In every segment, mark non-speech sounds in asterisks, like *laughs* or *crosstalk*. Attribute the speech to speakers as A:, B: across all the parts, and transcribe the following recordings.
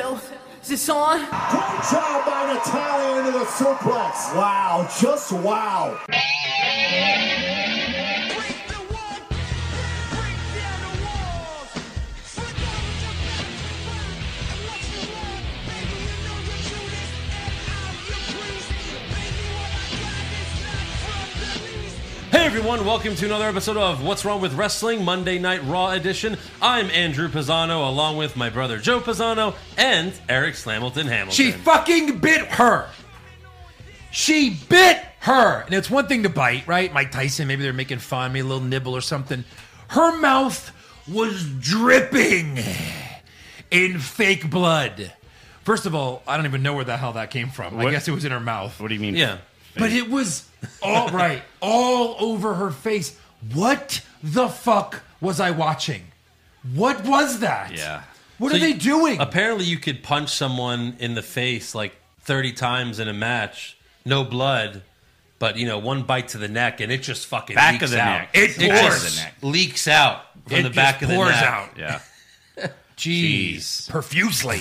A: Oh, Is this on?
B: Great job by Natalia into the suplex. Wow, just wow.
C: Break the wall, break down the walls. Front doors to back to front, and what's the wrong? Baby, you know you're cutest, and I'm your priest. Baby, what I got is not from the least.
D: Hey everyone, welcome to another episode of What's Wrong with Wrestling Monday Night Raw edition. I'm Andrew Pisano along with my brother Joe Pisano and Eric Slamilton Hamilton.
E: She fucking bit her. She bit her. And it's one thing to bite, right? Mike Tyson, maybe they're making fun, maybe a little nibble or something. Her mouth was dripping in fake blood. First of all, I don't even know where the hell that came from. I
F: What?
E: guess it was in her mouth.
F: What do you mean?
D: yeah.
E: But it was all right, all over her face. What the fuck was I watching? What was that?
F: Yeah.
E: What
D: So
E: are they
D: you-
E: doing?
D: Apparently, you could punch someone in the face like 30 times in a match, no blood, but you know, one bite to the neck, and it just fucking
F: Back of
D: leaks
F: the
D: out.
F: neck.
E: It
D: It
E: pours.
D: just leaks out from
E: It
D: the
E: just
D: back of the
E: pours
D: neck.
E: out.
F: Yeah.
E: Jeez.
F: Jeez.
E: Profusely.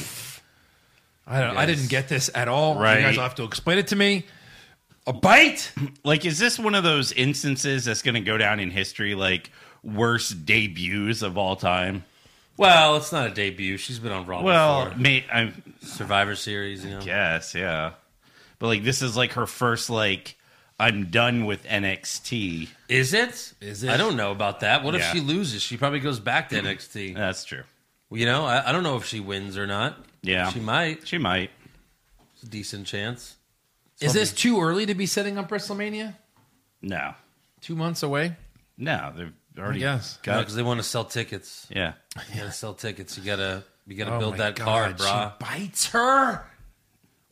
E: I don't, I
F: Yes.
E: didn't get this at all. You guys
F: Right.
E: will have to explain it to me. A bite?
F: Like, is this one of those instances that's going to go down in history, like worst debuts of all time?
D: Well, it's not a debut. She's been on Raw
F: Well,
D: before.
F: may, I
D: Survivor Series, you know.
F: guess, yeah. But like, this is like her first, like, I'm done with NXT.
D: Is it?
E: Is it?
D: I don't know about that. What if
F: Yeah.
D: she loses? She probably goes back to NXT.
F: That's true.
D: You know, I, I don't know if she wins or not.
F: Yeah.
D: She might.
F: She might.
D: It's a decent chance.
E: Is this too early to be setting up WrestleMania?
F: No.
E: Two months away?
F: No. They've already
E: guess.
D: Because
F: got.
D: they want to sell tickets. *laughs*
F: Yeah.
D: You gotta sell tickets. You gotta you gotta
E: Oh
D: build
E: my
D: that
E: God,
D: card,
E: she
D: brah.
E: bites her?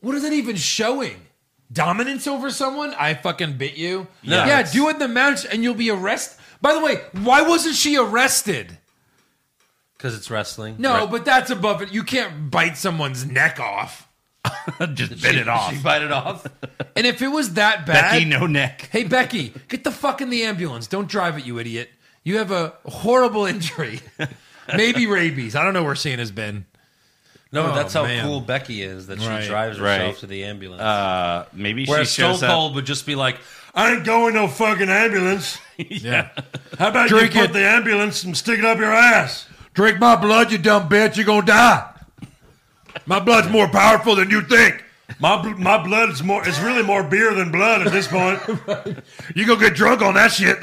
E: What is that even showing? Dominance over someone? I fucking bit you.
D: No.
E: Yeah, do it in the match and you'll be arrested. By the way, why wasn't she arrested?
D: Because it's wrestling.
E: No,
D: Right.
E: but that's above it. You can't bite someone's neck off.
F: Just bit it off.
D: She bite it off.
E: And if it was that bad,
F: Becky, no neck.
E: Hey, Becky, get the fuck in the ambulance. Don't drive it, you idiot. You have a horrible injury. *laughs* Maybe rabies. I don't know where Santa's been.
D: No,
E: Oh,
D: that's how
E: man.
D: cool Becky is that she
E: Right.
D: drives herself
F: Right.
D: to the ambulance.
F: Uh, maybe she
D: Whereas Stone
F: shows up.
D: Cold would just be like, I ain't going no fucking ambulance.
E: Yeah.
D: How about
E: Drink
D: you put
E: it.
D: the ambulance and stick it up your ass?
E: Drink my blood, you dumb bitch. You're going to die. My blood's more powerful than you think.
D: My bl- my blood is more. It's really more beer than blood at this
E: *laughs*
D: point.
E: You going to get drunk on that shit.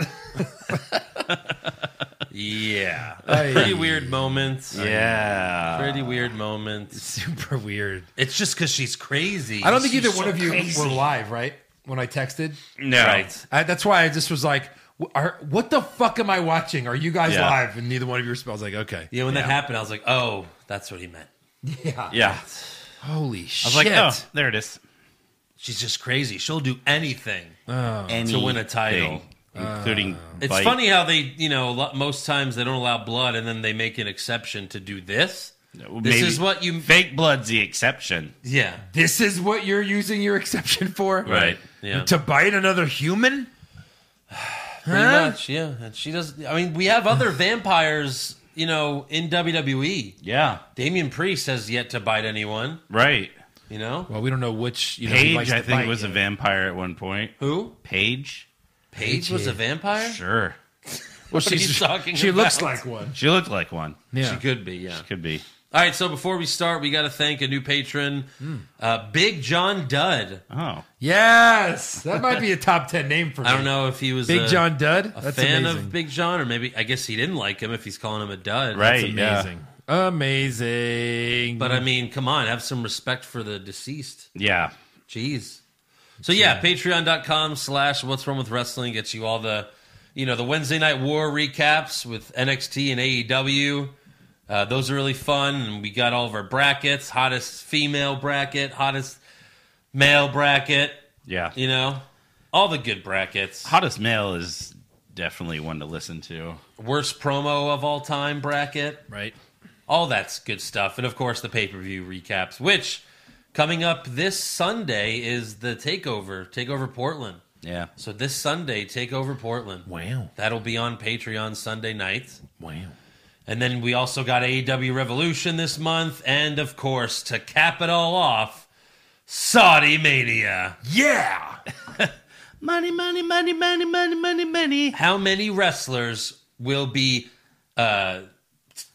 D: yeah, pretty *laughs* weird moments.
F: Yeah.
D: pretty weird moments.
E: Super weird.
D: It's just because she's crazy.
E: I don't think
D: She's
E: either
D: so
E: one of you
D: crazy.
E: were live, right? When I texted.
F: No.
D: Right.
E: I, that's why I just was like, "Wh- are, what the fuck am I watching? Are you guys
F: Yeah.
E: live? And neither one of you were. I was like, okay.
D: Yeah, when that happened, I was like, oh, that's what he meant.
F: Yeah.
E: Holy shit.
F: I was like, oh, there it is.
D: She's just crazy. She'll do anything
E: Oh.
D: to win a title.
F: Thing,
E: Uh,
F: including
D: It's
F: bite.
D: funny how they, you know, a lot- most times they don't allow blood, and then they make an exception to do this. This
F: Maybe
D: is what you,
F: fake blood's the exception,
D: yeah,
E: this is what you're using your exception for?
F: right?
D: yeah,
E: To bite another human?
D: pretty much, yeah. And she does. I mean, we have other vampires, you know, in WWE.
F: Yeah,
D: Damian Priest has yet to bite anyone.
F: right.
D: You know
E: Well, we don't know which. You know, he likes
F: Paige,
E: to
F: I think,
E: bite,
F: was
E: you
F: a
E: know.
F: vampire at one point.
D: who?
F: Paige,
D: Paige was a vampire.
F: sure,
E: Well,
D: What are you
E: she's-
D: talking
E: She looks
D: about?
E: like one.
F: she looked like one.
E: Yeah.
D: She could be. Yeah.
F: Could be.
D: All right, so before we start, we got to thank a new patron, uh, Big John Dud.
F: Oh,
E: Yes, that might be a top ten name for me.
D: I don't know if he was
E: Big
D: a,
E: John Dud.
D: a
E: That's
D: fan
E: amazing.
D: of Big John, or maybe I guess he didn't like him if he's calling him a dud.
F: right.
E: That's
F: yeah.
E: amazing. Amazing.
D: But I mean, come on, have some respect for the deceased.
F: Yeah.
D: Jeez. So yeah, patreon.com slash what's wrong with wrestling gets you all the you know, the Wednesday night war recaps with NXT and AEW. Uh, those are really fun. And we got all of our brackets, hottest female bracket, hottest male bracket,
F: yeah,
D: you know. All the good brackets.
F: Hottest male is definitely one to listen to.
D: Worst promo of all time bracket.
E: right.
D: All that's good stuff. And of course, the pay per view recaps, which coming up this Sunday is the TakeOver, TakeOver Portland.
F: Yeah.
D: So this Sunday, TakeOver Portland.
E: Wow.
D: That'll be on Patreon Sunday night.
E: Wow.
D: And then we also got AEW Revolution this month. And of course, to cap it all off, Saudi Mania.
E: Yeah.
F: Money, money, money, money, money, money, money.
D: How many wrestlers will be uh,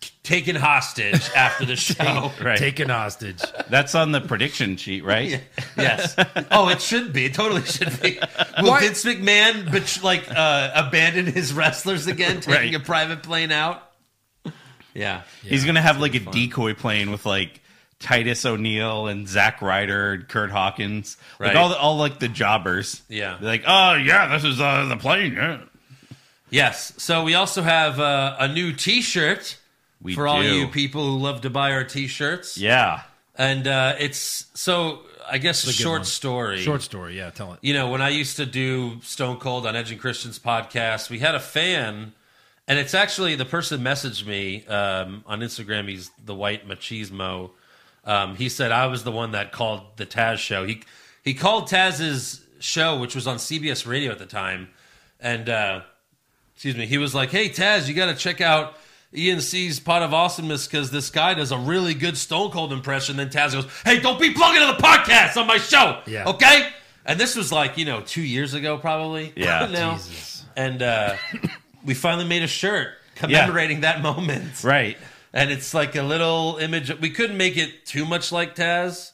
D: t- taken hostage after
E: *laughs*
D: the show?
F: Right.
E: Taken hostage.
F: That's on the prediction sheet, right? *laughs*
D: Yes. Oh, it should be. It totally should be. Will
E: Why-
D: Vince McMahon bet- like uh, abandon his wrestlers again, taking
F: Right.
D: a private plane out? Yeah.
F: He's gonna have like a decoy plane with like Titus O'Neil and Zack Ryder and Kurt Hawkins,
D: Right.
F: like all the, all like the jobbers.
D: Yeah.
F: They're like, oh yeah, this is uh, the plane. Yeah.
D: Yes. So we also have uh, a new T-shirt
F: We
D: for all
F: do.
D: you people who love to buy our T-shirts.
F: Yeah.
D: And uh, it's so I guess a short
E: one.
D: story.
E: Short story. Yeah, tell it.
D: you know, when I used to do Stone Cold on Edge and Christian's podcast, we had a fan, and it's actually the person messaged me um, on Instagram. He's the White Machismo. Um, he said I was the one that called the Taz show. He he called Taz's show, which was on CBS Radio at the time, and uh, excuse me, he was like, "Hey Taz, you got to check out." ENC's pot of awesomeness because this guy does a really good Stone Cold impression. Then Taz goes, "Hey, don't be plugging to the podcast on my show,
E: Yeah.
D: okay?" okay? And this was like, you know, two years ago probably.
F: Yeah.
D: *laughs* Now.
E: Jesus.
D: And uh, we finally made a shirt commemorating that moment.
F: Right.
D: And it's like a little image. We couldn't make it too much like Taz,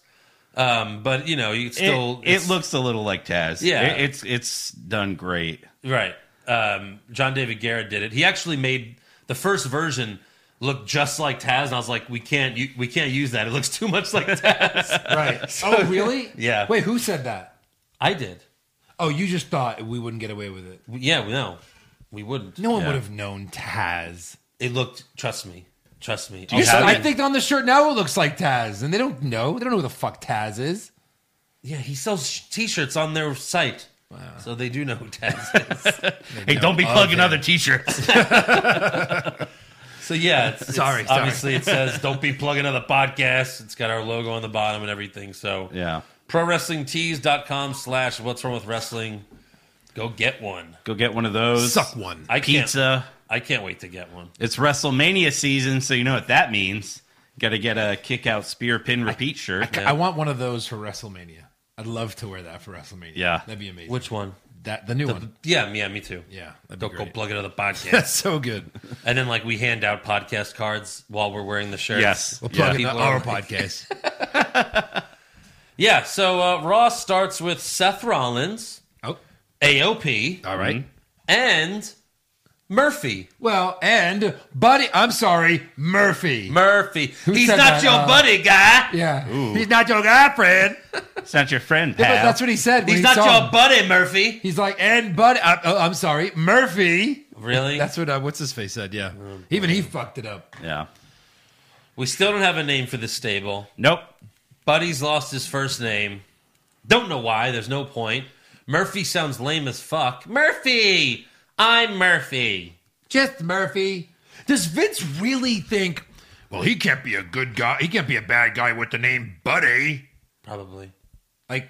D: um, but, you know, you
F: It,
D: still.
F: it
D: it's-
F: looks a little like Taz.
D: Yeah.
F: It- it's it's done great.
D: Right. Um, John David Garrett did it. He actually made the first version look just like Taz, and I was like, we can't, u- we can't use that. It looks too much
F: *laughs*
D: like Taz.
E: *laughs* Right. oh, really?
D: *laughs* Yeah.
E: Wait, who said that?
D: I did.
E: Oh, you just thought we wouldn't get away with it.
D: Yeah, no, we wouldn't.
E: No one
D: Yeah.
E: would have known Taz.
D: It looked. Trust me. Trust me.
F: you
D: I'll-
F: have
E: I
F: it?
E: think on the shirt now it looks like Taz, and they don't know. They don't know who the fuck Taz is.
D: Yeah, he sells sh- t-shirts on their site. So they do know who Taz is.
F: Hey, don't be
E: of
F: plugging
E: him.
F: other t-shirts.
D: so yeah, it's, it's-
E: Sorry, sorry.
D: obviously it says don't be plugging other podcasts. It's got our logo on the bottom and everything. So
F: yeah.
D: prowrestlingtees.com slash what's wrong with wrestling. Go get one.
F: Go get one of those.
E: Suck one.
D: I can't,
F: Pizza.
D: I can't wait to get one.
F: It's WrestleMania season, so you know what that means. Got to get a kick out spear pin repeat shirt.
E: I want one of those for WrestleMania. I'd love to wear that for WrestleMania.
F: Yeah.
E: that'd be amazing.
D: Which one?
E: that the new one?
D: Yeah, yeah, me too.
E: Yeah, that'd be
D: Don't go
E: great.
D: plug it on the podcast. *laughs*
E: *laughs* That's so good.
D: and then like we hand out podcast cards while we're wearing the shirts.
F: yes.
E: We'll
F: Yeah.
E: plug in
D: People
E: our
D: are
E: podcast.
D: *laughs* Yeah, so uh, Raw starts with Seth Rollins,
E: oh,
D: AOP,
E: all
F: Mm-hmm.
E: right.
D: and Murphy.
E: Well, and buddy, I'm sorry, Murphy.
D: Murphy. He's
E: said
D: not
E: that?
D: your
E: Uh,
D: buddy, guy.
E: yeah, he's not your guy, friend.
F: It's not your friend,
E: Yeah, but
F: pal.
E: that's what he said. when
D: He's
E: he
D: not
E: saw
D: your
E: him.
D: buddy, Murphy.
E: He's like, and buddy, I, oh, I'm sorry, Murphy.
D: Really?
E: That's what uh, what's his face said. Yeah,
D: Um,
E: even he fucked it up.
F: yeah.
D: we still don't have a name for this stable.
F: Nope.
D: Buddy's lost his first name. Don't know why. There's no point. Murphy sounds lame as fuck. Murphy! I'm Murphy.
E: Just Murphy. Does Vince really think? Well, he can't be a good guy. He can't be a bad guy with the name Buddy.
D: Probably.
E: Like,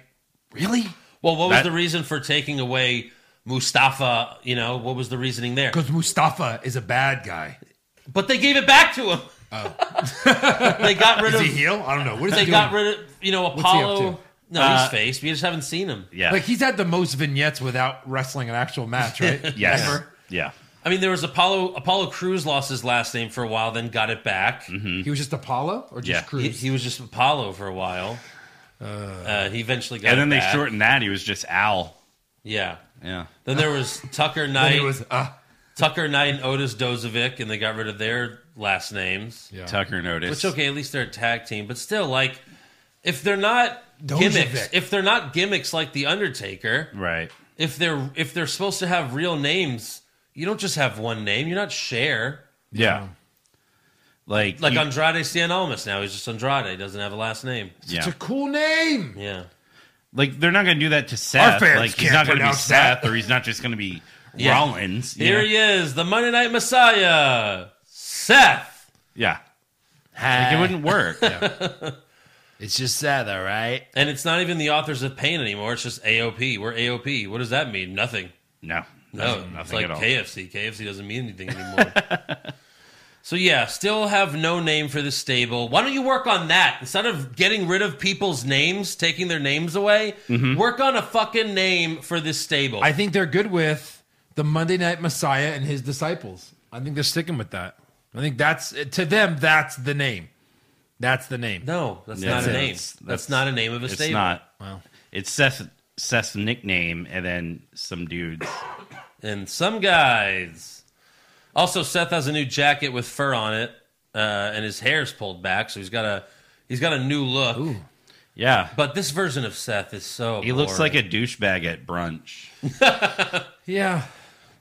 E: really?
D: Well, what was
F: That-
D: the reason for taking away Mustafa? You know, what was the reasoning there?
E: Because Mustafa is a bad guy.
D: But they gave it back to him. *laughs* they got rid
E: Oh.
D: of.
E: Is he heel? I don't know. What is
D: They
E: he doing?
D: got rid of, you know,
E: he up
D: Apollo.
E: to?
D: No,
F: Uh,
D: he's faced. We just haven't seen him.
F: Yeah.
E: Like he's had the most vignettes without wrestling an actual
D: *laughs*
E: match, right?
F: yes.
E: Ever.
F: Yeah.
D: I mean, there was Apollo. Apollo Cruz lost his last name for a while, then got it back.
E: He was just Apollo or just
F: Yeah.
D: Mm-hmm. He,
E: Cruz.
D: he was just Apollo for a while. Uh, he eventually got.
F: And then
D: it
F: they
D: back.
F: shortened that. He was just Al.
D: Yeah.
F: Yeah.
D: Then there was Tucker
E: And he
D: Knight.
E: was uh,
D: Tucker Knight and Otis Dozovic, and they got rid of their last names.
E: yeah.
F: Tucker noticed.
D: Which okay, at least they're a tag team, but still, like, if they're not gimmicks,
E: Dozovic.
D: if they're not gimmicks like the Undertaker,
F: Right.
D: if they're if they're supposed to have real names, you don't just have one name. You're not Cher.
F: Yeah. Like,
D: Like
F: you-
D: Andrade Cien Almas now, he's just Andrade. He doesn't have a last name.
E: It's
F: yeah.
E: a cool name.
D: Yeah.
F: like they're not going to do that to Seth.
E: fans
F: like he's
E: can't
F: not going to be
E: pronounce that.
F: Seth, or he's not just going to be
D: Yeah.
F: Rollins. you
D: Here
F: know?
D: he is, the Monday Night Messiah, Seth.
F: Yeah. Like, it wouldn't work.
E: It's just sad, all right.
D: And it's not even the authors of pain anymore. It's just AOP. We're AOP. What does that mean? Nothing.
F: No.
D: No,
F: Nothing,
D: it's
F: nothing
D: like
F: at all. *laughs*
D: KFC. KFC doesn't mean anything anymore. So yeah, still have no name for the stable. Why don't you work on that instead of getting rid of people's names, taking their names away?
F: Mm-hmm.
D: Work on a fucking name for this stable.
E: I think they're good with the Monday Night Messiah and his disciples. I think they're sticking with that. I think that's to them. That's the name. That's the name.
D: no, that's
F: Yeah,
D: not a
F: that's-
D: name. That's,
F: that's-
D: not a name of a
F: It's
D: stable.
F: not.
E: Wow.
F: It's Seth's Seth's nickname, and then some dudes.
D: and some guys. Also, Seth has a new jacket with fur on it, uh, and his hair's pulled back, so he's got a he's got a new look.
F: Yeah,
D: But this version of Seth is so.
F: he looks like
D: boring.
F: a douchebag at brunch.
E: Yeah.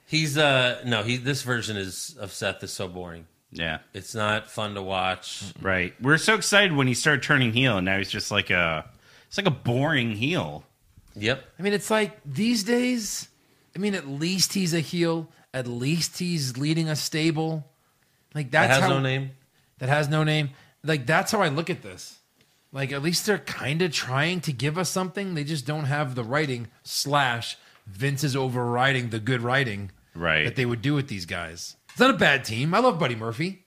D: He's uh no he. This version is of Seth is so boring.
F: Yeah,
D: It's not fun to watch.
F: right. We We're so excited when he started turning heel, and now he's just like a. It's like a boring heel.
D: Yep.
E: I mean, it's like these days. I mean, at least he's a heel. At least he's leading a stable. Like that's
D: It has
E: how
D: no name.
E: that has no name. Like that's how I look at this. Like at least they're kind of trying to give us something. They just don't have the writing slash Vince is overriding the good writing
F: Right.
E: that they would do with these guys. It's not a bad team. I love Buddy Murphy,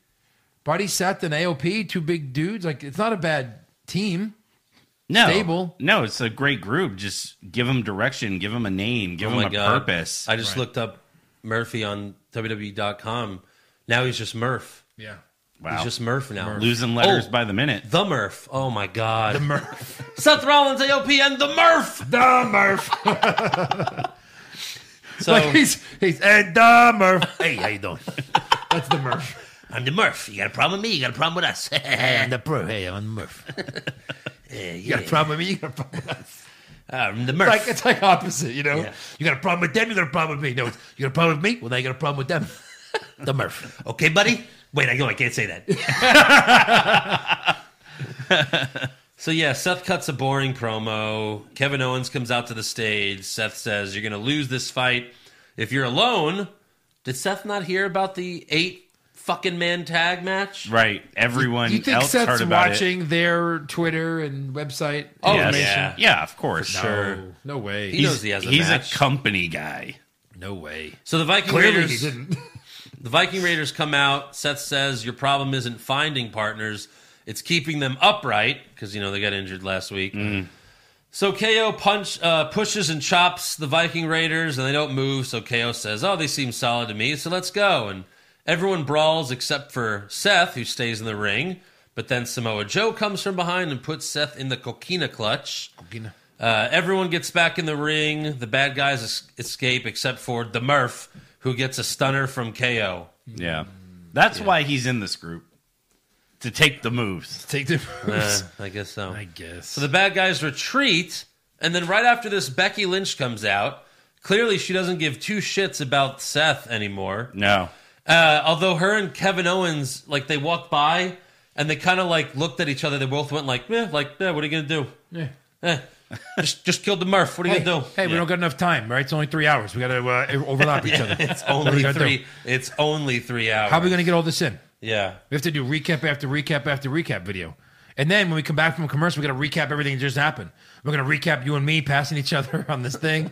E: Buddy Seth and AOP, two big dudes. Like it's not a bad team.
F: No,
E: Stable.
F: No, it's a great group. Just give them direction, give them a name, give
D: Oh
F: them
D: my
F: a
D: god.
F: purpose.
D: I just looked up Murphy on WWE.com. Now he's just Murph.
E: Yeah,
F: wow,
D: He's just Murph now.
F: losing letters
D: Oh,
F: by the minute.
D: the Murph. Oh my god.
E: the Murph,
D: Seth Rollins, AOP, and the Murph.
E: the Murph.
D: So
E: *laughs* like he's he's and the Murph. *laughs* Hey, how you doing? That's the Murph.
D: I'm the Murph. You got a problem with me? You got a problem with us? *laughs*
E: And the Murph. Hey, I'm *laughs* Murph. You got a problem with me? You got a problem with us.
D: I'm the
E: It's
D: Murph.
E: like it's like opposite, you know.
D: Yeah.
E: You got a problem with them, you got a problem with me. No, it's, you got a problem with me. Well, now you got a problem with them. The Murph.
D: okay, buddy. Wait, I know I can't say that. so yeah, Seth cuts a boring promo. Kevin Owens comes out to the stage. Seth says, "You're going to lose this fight if you're alone." Did Seth not hear about the eight fucking man tag match?
F: Right. Everyone
E: you think
F: else heard
E: Seth's
F: about
E: watching their Twitter and website?
D: Oh,
F: it. Yes.
E: information?
D: yeah.
F: Yeah. of course.
D: sure.
E: No, no way.
D: He knows he has a
F: he's
D: match.
F: a company guy.
E: no way.
D: So the Viking
E: Clearly, he
D: Raiders,
E: didn't.
D: the Viking Raiders come out. Seth says, "Your problem isn't finding partners; it's keeping them upright." Because you know they got injured last week. So KO punch uh, pushes and chops the Viking Raiders, and they don't move. So KO says, "Oh, they seem solid to me, so let's go." And everyone brawls except for Seth, who stays in the ring. But then Samoa Joe comes from behind and puts Seth in the coquina clutch. Uh, everyone gets back in the ring. The bad guys es- escape except for the Murph, who gets a stunner from KO.
F: Yeah. That's why he's in this group. To take the moves.
E: Take the
D: Uh,
E: moves.
D: I guess so.
E: I guess.
D: So the bad guys retreat, and then right after this, Becky Lynch comes out. Clearly, she doesn't give two shits about Seth anymore.
F: No.
D: Uh, although her and Kevin Owens, like, they walked by and they kind of like looked at each other. They both went like, "Eh, like, eh, what are you gonna do?
E: Yeah.
D: Eh, just, just killed the Murph. What are you
E: Hey,
D: gonna do?
E: hey, we don't got enough time, right? It's only three hours. We got to uh, overlap each other.
D: It's
E: What are
D: only
E: you gonna
D: three.
E: do?
D: It's only three hours.
E: How are we going to get all this in?
D: Yeah.
E: We have to do recap after recap after recap video. And then when we come back from commercial, we got to recap everything that just happened. We're going to recap you and me passing each other *laughs* on this thing.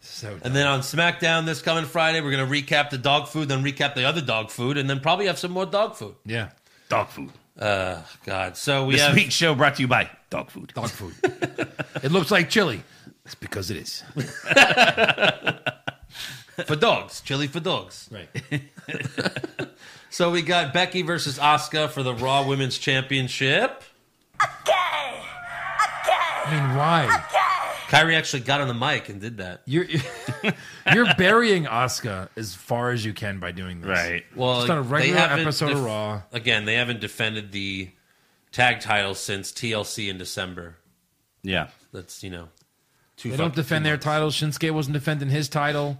E: So
D: And then on SmackDown this coming Friday, we're gonna recap the dog food, then recap the other dog food, and then probably have some more dog food.
E: yeah,
F: Dog food.
D: Uh, God. So we
F: This
D: have
F: week's show brought to you by dog food.
E: dog food. it looks like chili. It's because it is.
D: for dogs, chili for dogs.
E: Right.
D: *laughs* So we got Becky versus Asuka for the Raw Women's Championship.
E: I mean, why?
D: Kyrie actually got on the mic and did that.
E: You're *laughs* you're burying Asuka as far as you can by doing this.
F: Right.
D: Well,
E: Just on a
D: they
E: regular
D: haven't
E: episode of Raw.
D: Again, they haven't defended the tag title since TLC in December.
F: Yeah.
D: That's you know, too
E: They don't
D: fuck-
E: defend their titles. Shinsuke wasn't defending his title.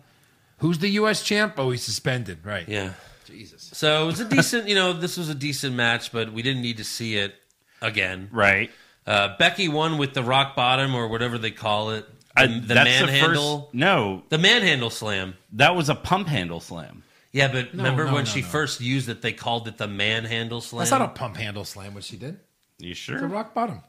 E: Who's the U.S. champ? Oh, he's suspended. Right.
D: Yeah.
E: Jesus.
D: So it was a decent, you know, this was a decent match, but we didn't need to see it again.
F: Right.
D: Uh, Becky won with the rock bottom or whatever they call it. The,
F: I-
D: the
F: that's
D: manhandle.
F: first, no,
D: The manhandle slam.
F: that was a pump handle slam.
D: Yeah, but remember
E: no,
D: when
E: no,
D: she
E: no.
D: first used it, they called it the manhandle slam.
E: That's not a pump handle slam, which she did.
F: You
E: The
F: sure?
E: rock bottom.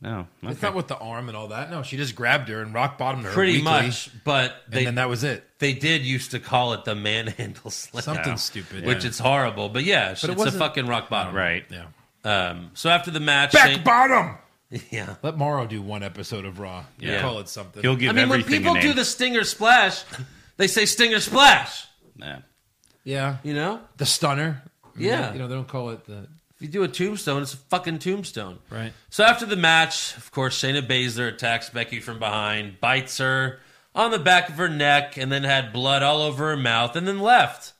F: No.
E: It's not with the arm and all that. No, she just grabbed her and rock bottomed her.
D: Pretty
E: weakly,
D: much, but
E: And
D: they
E: then that was it.
D: they did used to call it the manhandle *laughs* slam,
E: Something stupid.
D: which
E: Yeah.
D: it's horrible. But yeah,
E: it
D: it's a
E: wasn't-
D: fucking rock bottom.
F: Right.
E: Yeah.
D: Um, so after the match,
E: Back bottom.
D: they- *laughs* yeah.
E: Let Morrow do one episode of Raw.
D: Yeah.
E: Call it something.
F: He'll give
D: I mean, when
F: everything
D: people
F: a
D: do
F: name.
D: the stinger splash, they say stinger splash.
F: Yeah.
E: yeah.
D: You know,
E: The stunner.
D: Yeah.
E: You know, they don't call it the.
D: if you do a tombstone, it's a fucking tombstone.
E: Right.
D: So after the match, of course, Shayna Baszler attacks Becky from behind, bites her on the back of her neck, and then had blood all over her mouth, and then left.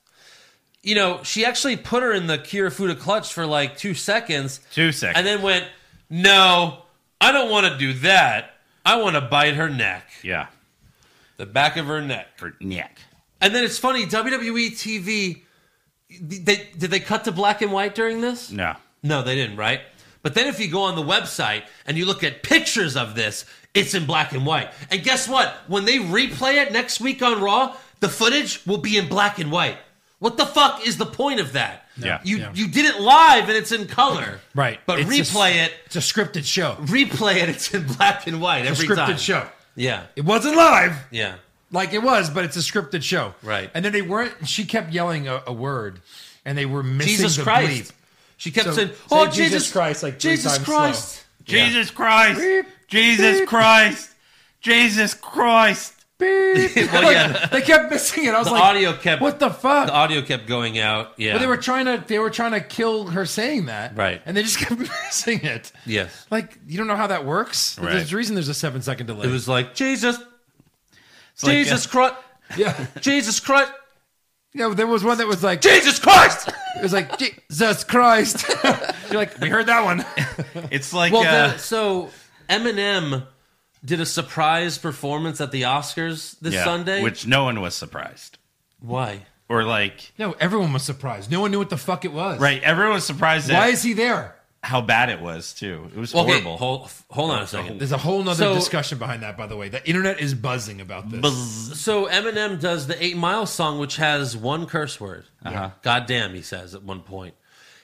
D: You know, she actually put her in the Kirifuda clutch for like two seconds.
F: Two seconds.
D: And then went, No, I don't want to do that. I want to bite her neck,
F: yeah.
D: the back of her neck.
F: For neck.
D: And then it's funny, WWE TV, they, did they cut to black and white during this?
F: No.
D: No, they didn't, right? But then if you go on the website and you look at pictures of this, it's in black and white. And guess what? When they replay it next week on Raw, the footage will be in black and white. What the fuck is the point of that?
F: Yeah.
D: You
E: Yeah.
D: you did it live and it's in color.
E: Right.
D: But
E: It's just-
D: replay it,
E: It's a scripted show.
D: replay it, it's in black and white
E: It's a
D: every
E: scripted
D: time.
E: show.
D: Yeah.
E: It wasn't live
D: Yeah.
E: like it was, but it's a scripted show.
D: Right.
E: And then they weren't. She kept yelling a, a word, and they were missing
D: Jesus
E: the
D: Christ.
E: bleep.
D: She kept
E: So-
D: saying,
E: say
D: "Oh
A: Jesus Christ, like, three
D: Jesus
A: times
D: Christ."
A: slow.
F: Jesus Christ.
E: Beep.
F: Jesus
E: Beep.
F: Christ. Jesus Christ.
E: Beep.
D: *laughs* Well,
E: Like,
D: yeah.
E: They kept missing it. I was
D: The
E: like,
D: audio kept
E: What the fuck?
D: the audio kept going out. Yeah.
E: Well, they were trying to they were trying to kill her saying that,
D: Right.
E: And they just *laughs* kept missing it.
D: Yes.
E: Like you don't know how that works.
F: Right.
E: There's a reason there's a seven second delay.
D: It was like Jesus,
F: like,
D: Jesus
F: uh,
D: Christ,
E: *laughs* yeah.
D: Jesus Christ,
E: No, there was one that was like
D: Jesus Christ.
E: it was like Jesus Christ. *laughs* You're like we heard that one.
F: *laughs* It's like
D: Well,
F: uh,
D: the, so Eminem did a surprise performance at the Oscars this
F: yeah,
D: Sunday.
F: which no one was surprised.
D: why?
F: Or like
E: no, everyone was surprised. No one knew what the fuck it was.
F: right, everyone was surprised
E: Why
F: at
E: is he there?
F: how bad it was too. It was
D: Well, okay,
F: horrible.
D: hold, hold on a second.
E: There's a whole nother
D: So-
E: discussion behind that, by the way. The internet is buzzing about this.
D: So Eminem does the Eight Mile song, which has one curse word. Uh-huh. God damn, he says at one point.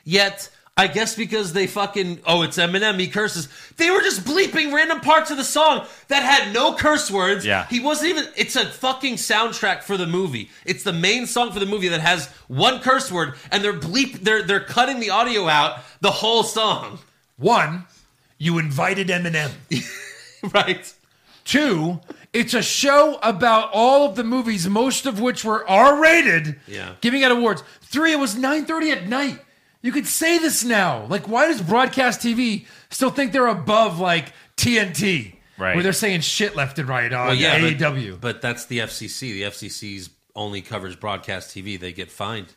D: Yet. I guess because they fucking oh it's Eminem he curses they were just bleeping random parts of the song that had no curse words
F: Yeah.
D: he wasn't even it's a fucking soundtrack for the movie it's the main song for the movie that has one curse word and they're bleep they're they're cutting the audio out the whole song *laughs*
E: One, you invited Eminem.
D: right
E: Two, it's a show about all of the movies, most of which were R-rated.
D: Yeah.
E: Giving out awards. Three, it was 9:30 at night. You could say this now. Like, why does broadcast TV still think they're above like TNT?
F: Right.
E: Where they're saying shit left and right on E
D: Well, yeah, but-
E: AEW.
D: But, that's the FCC. The FCC's only covers broadcast TV. They get fined.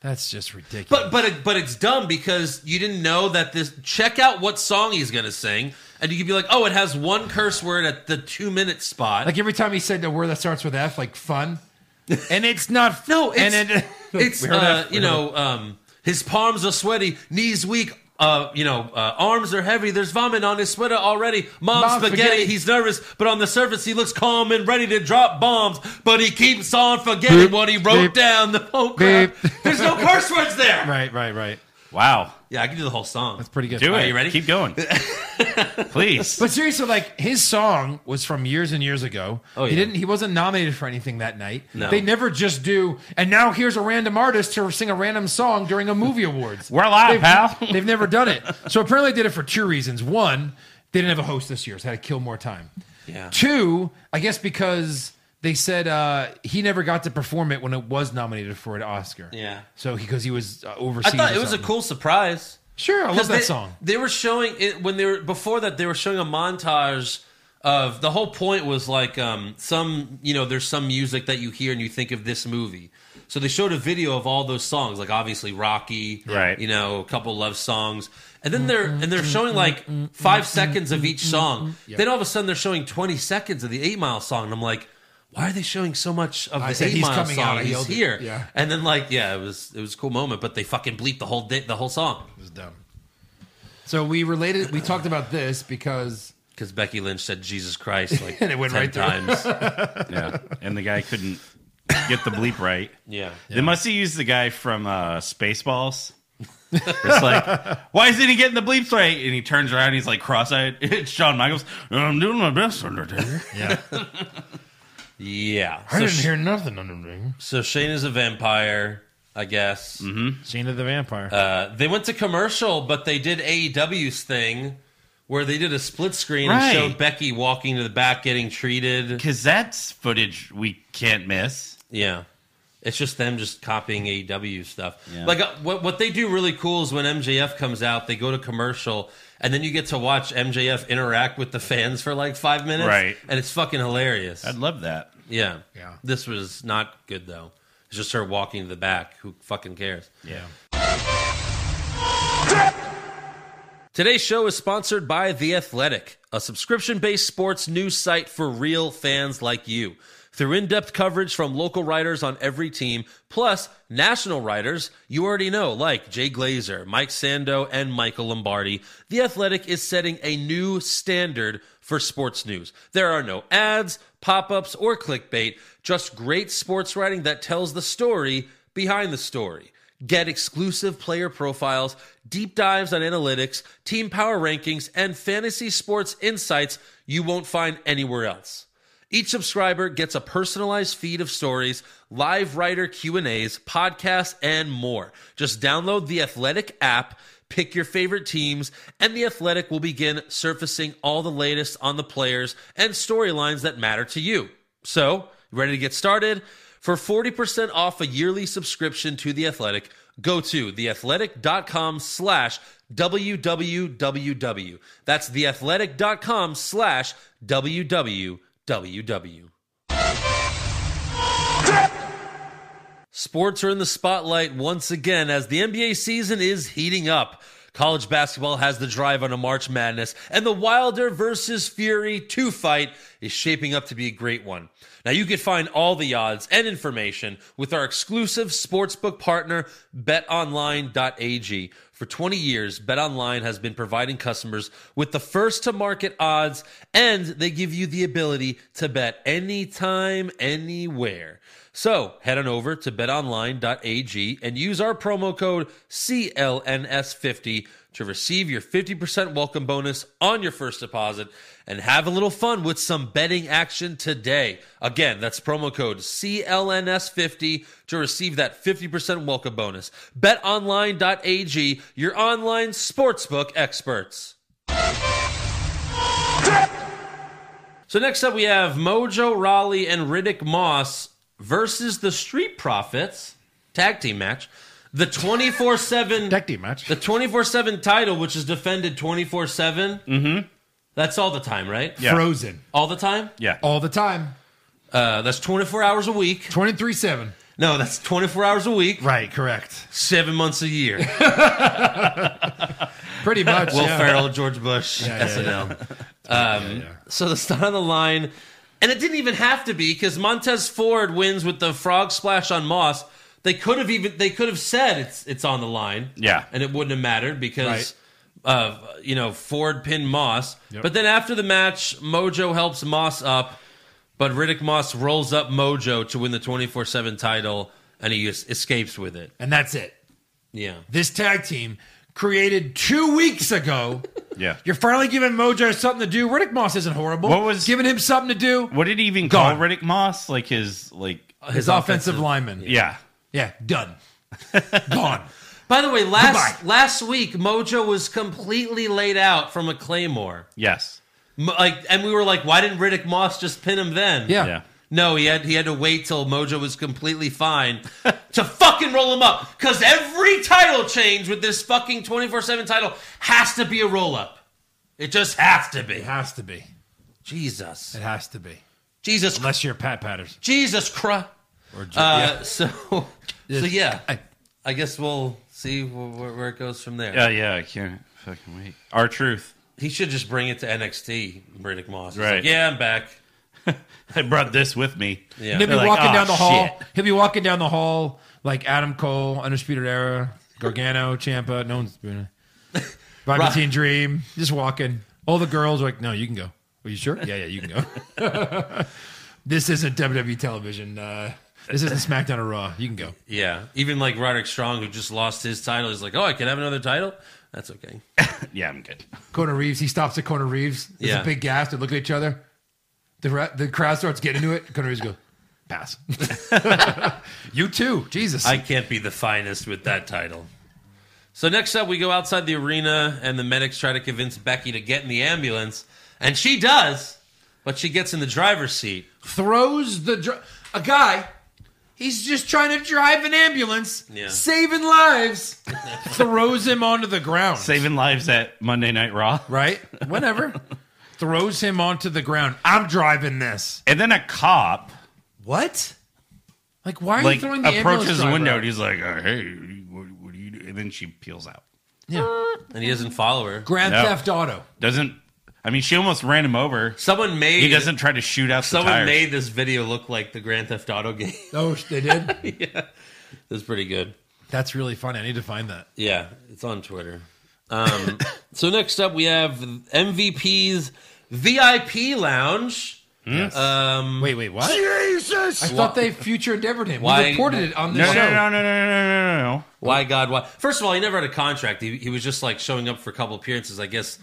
E: That's just ridiculous.
D: But but it, but it's dumb because you didn't know that this. Check out what song he's gonna sing, and you could be like, oh, it has one curse word at the two minute spot.
E: like every time he said a word that starts with F, like fun. and it's
D: *laughs*
E: not
D: no, it's
E: and it- *laughs*
D: it's
E: We heard
D: uh,
E: that.
D: you
E: We heard
D: know um, his palms are sweaty, knees weak. Uh, you know, uh, arms are heavy. There's vomit on his sweater already. Mom,
E: Mom,
D: spaghetti.
E: spaghetti.
D: He's nervous, but on the surface, he looks calm and ready to drop bombs. But he keeps on forgetting
E: Beep,
D: what he wrote
E: beep,
D: down. The whole crap.
E: beep.
D: There's
E: *laughs*
D: no curse words there.
E: Right, right, right.
F: wow.
D: Yeah, I can do the whole song.
E: That's pretty good.
F: Do
D: Are
F: it.
D: you ready?
F: Keep going. Please.
E: But seriously, like his song was from years and years ago.
D: Oh,
E: He
D: yeah.
E: didn't. He wasn't nominated for anything that night.
D: No.
E: They never just do. And now here's a random artist to sing a random song during a movie awards.
F: We're live,
E: they've,
F: pal.
E: *laughs* They've never done it. So apparently, they did it for two reasons. One, they didn't have a host this year, so had to kill more time.
D: Yeah.
E: Two, I guess because they said uh, he never got to perform it when it was nominated for an Oscar.
D: Yeah.
E: So because he was uh,
D: I
E: overseas.
D: thought
E: or
D: it was a
E: something.
D: cool surprise.
E: Sure, I love
D: 'Cause
E: that
D: they,
E: song.
D: They were showing it when they were before that. They were showing a montage of the whole point was like um, some you know there's some music that you hear and you think of this movie. So they showed a video of all those songs, like obviously Rocky,
F: Right.
D: You know, a couple love songs, and then they're and they're showing like five seconds of each song. Then all of a sudden they're showing twenty seconds of the Eight Mile song, and I'm like. Why are they showing so much of
E: I
D: this
E: said,
D: Eight
E: "He's
D: Mile
E: coming
D: song?
E: out, I
D: He's
E: yelled it."
D: here,
E: Yeah.
D: and then like, yeah, it was it was a cool moment, but they fucking bleeped the whole di- the whole song.
E: It was dumb. So we related. We talked about this because
D: because Becky Lynch said Jesus Christ like
E: *laughs* And it went
D: 10
E: right through.
D: times.
E: *laughs*
F: yeah. And the guy couldn't get the bleep right.
D: yeah.
F: They must have used the guy from uh, Spaceballs. It's like, why isn't he getting the bleeps right? And he turns around, he's like cross-eyed. *laughs* It's Shawn Michaels. I'm doing my best, Undertaker.
E: *laughs* Yeah.
D: Yeah.
E: I
D: So,
E: didn't
D: Sh-
E: hear nothing under me.
D: so Shane is a vampire, I guess.
F: Mm-hmm.
E: Cena the Vampire.
D: Uh, they went to commercial, but they did AEW's thing where they did a split screen
F: Right.
D: and showed Becky walking to the back getting treated.
F: Because that's footage we can't miss.
D: Yeah. It's just them just copying AEW stuff.
F: Yeah.
D: Like uh, what what they do really cool is when MJF comes out, they go to commercial and then you get to watch MJF interact with the fans for like 5 minutes
F: Right.
D: and it's fucking hilarious.
F: I'd love that.
D: yeah.
E: Yeah.
D: This was not good though. It's just her walking to the back. Who fucking cares?
E: yeah.
D: Today's show is sponsored by The Athletic, a subscription based sports news site for real fans like you. Through in depth coverage from local writers on every team, plus national writers you already know, like Jay Glazer, Mike Sando, and Michael Lombardi, The Athletic is setting a new standard for sports news. There are no ads, pop ups, or clickbait, just great sports writing that tells the story behind the story. Get exclusive player profiles, deep dives on analytics, team power rankings, and fantasy sports insights you won't find anywhere else. Each subscriber gets a personalized feed of stories, live writer Q&As, podcasts, and more. Just download the Athletic app, pick your favorite teams, and the Athletic will begin surfacing all the latest on the players and storylines that matter to you. So, ready to get started? For 40% off a yearly subscription to The Athletic, go to theathletic.com slash www. That's theathletic.com slash www. Sports are in the spotlight once again as the NBA season is heating up. College basketball has the drive on a March Madness, and the Wilder versus Fury 2 fight is shaping up to be a great one. Now, you can find all the odds and information with our exclusive sportsbook partner, betonline.ag. For 20 years, BetOnline has been providing customers with the first to market odds, and they give you the ability to bet anytime, anywhere. So head on over to betonline.ag and use our promo code CLNS50 to receive your 50% welcome bonus on your first deposit and have a little fun with some betting action today. Again, that's promo code CLNS50 to receive that 50% welcome bonus. BetOnline.ag, your online sportsbook experts. So next up, we have Mojo Raleigh and Riddick Moss versus the Street Profits tag team match. The twenty four seven
E: Tag team match.
D: the twenty four seven title, which is defended twenty four seven. Mm-hmm. That's all the time, right?
F: Yeah.
E: Frozen.
D: All the time.
F: Yeah.
E: All the time.
D: Uh, that's twenty four hours a week.
E: 23 7.
D: No, that's twenty four hours a week,
E: Right, correct.
D: seven months a year.
E: Pretty much.
D: Will
E: yeah.
D: Ferrell, George Bush,
E: Yeah, yeah,
D: SNL.
E: Yeah, yeah.
D: Um, So the start on the line, and it didn't even have to be because Montez Ford wins with the frog splash on Moss. They could have even they could have said it's it's on the line,
F: Yeah.
D: and it wouldn't have mattered because
E: Right.
D: of you know Ford pinned Moss. But then after the match, Mojo helps Moss up, but Riddick Moss rolls up Mojo to win the twenty four seven title, and he es- escapes with it.
E: And that's it.
D: Yeah,
E: This tag team created two weeks ago.
D: *laughs*
F: Yeah.
E: You're finally giving Mojo something to do. Riddick Moss isn't horrible.
F: What was-
E: giving him something to do?
F: What did he even
E: Gone. Uh,
F: call Riddick Moss? Like his like
E: His offensive lineman. Yeah,
F: yeah.
E: *laughs* done. Gone.
D: By the way, last
E: Goodbye.
D: last week Mojo was completely laid out from a claymore.
F: Yes.
D: M- like and we were like why didn't riddick moss just pin him then
E: Yeah.
F: Yeah.
D: no he had he had to wait till mojo was completely fine *laughs* to fucking roll him up because every title change with this fucking 24-7 title has to be a roll-up it just has to
E: It
D: be
E: has to be.
D: jesus
E: It has to be.
D: jesus
E: Unless you're Pat Patterson.
D: jesus christ
E: Or J-
D: uh, so *laughs* so yeah
E: I-
D: i guess we'll see wh- wh- where it goes from there
F: Yeah. Yeah. I can't fucking wait. Our truth. *laughs*
D: he should just bring it to nxt riddick moss He's like,
F: Right.
D: yeah i'm back
F: I brought this with me.
D: yeah
E: He'll be
F: They're like,
E: walking
F: "Ah,
E: down the hall.
F: shit."
E: He'll be walking down the hall like Adam Cole, Undisputed Era, Gargano, Champa. No one's doing
F: *laughs*
E: it. Velveteen Dream. Just walking. All the girls are like, "No, you can *laughs* go." Are you sure? Yeah, yeah, you can go. this isn't WWE E television. Uh, This isn't SmackDown or Raw. You can go.
D: Yeah, even like Roderick Strong, who just lost his title, is like, oh, I can have another title. That's okay.
F: *laughs* Yeah, I'm good.
E: Corner Reeves. He stops at Corner Reeves. There's
D: Yeah.
E: a big gas. They look at each other. The ra- the crowd starts getting into it. Corner Reeves goes, pass. *laughs* you too. Jesus.
D: I can't be the finest with that title. So next up, we go outside the arena, and the medics try to convince Becky to get in the ambulance, and she does, but she gets in the driver's seat.
E: throws the dr- a guy. He's just trying to drive an ambulance,
D: Yeah.
E: saving lives. *laughs* throws him onto the ground.
F: Saving lives at Monday Night Raw.
E: right? Whatever. throws him onto the ground. I'm driving this.
F: And then a cop
E: What? Like, why are
F: like
E: you throwing the ambulance
F: approaches the
E: driver
F: window
E: out?
F: and he's like, uh, "Hey, what, what do you do?" And then she peels out.
D: And he doesn't follow her.
E: Grand
F: No.
E: Theft Auto.
F: Doesn't I mean she almost ran him over.
D: Someone made
F: He doesn't try to shoot out the
D: Someone
F: tires.
D: made this video look like the Grand Theft Auto *laughs* game.
E: Oh, sh- they did.
D: yeah, that's pretty good.
E: *laughs* That's really funny. I need to find that.
D: Yeah, it's on Twitter. Um, *coughs* so next up, we have MVP's VIP Lounge.
F: Hmm?
D: Um,
E: Wait, wait, what? Jesus! I thought they future endeavored him.
D: Why-
E: we reported it on this
F: no, no,
E: show.
F: no, no, no, no, no, no.
D: Why God? Why? First of all, he never had a contract. He, he was just like showing up for a couple appearances. I guess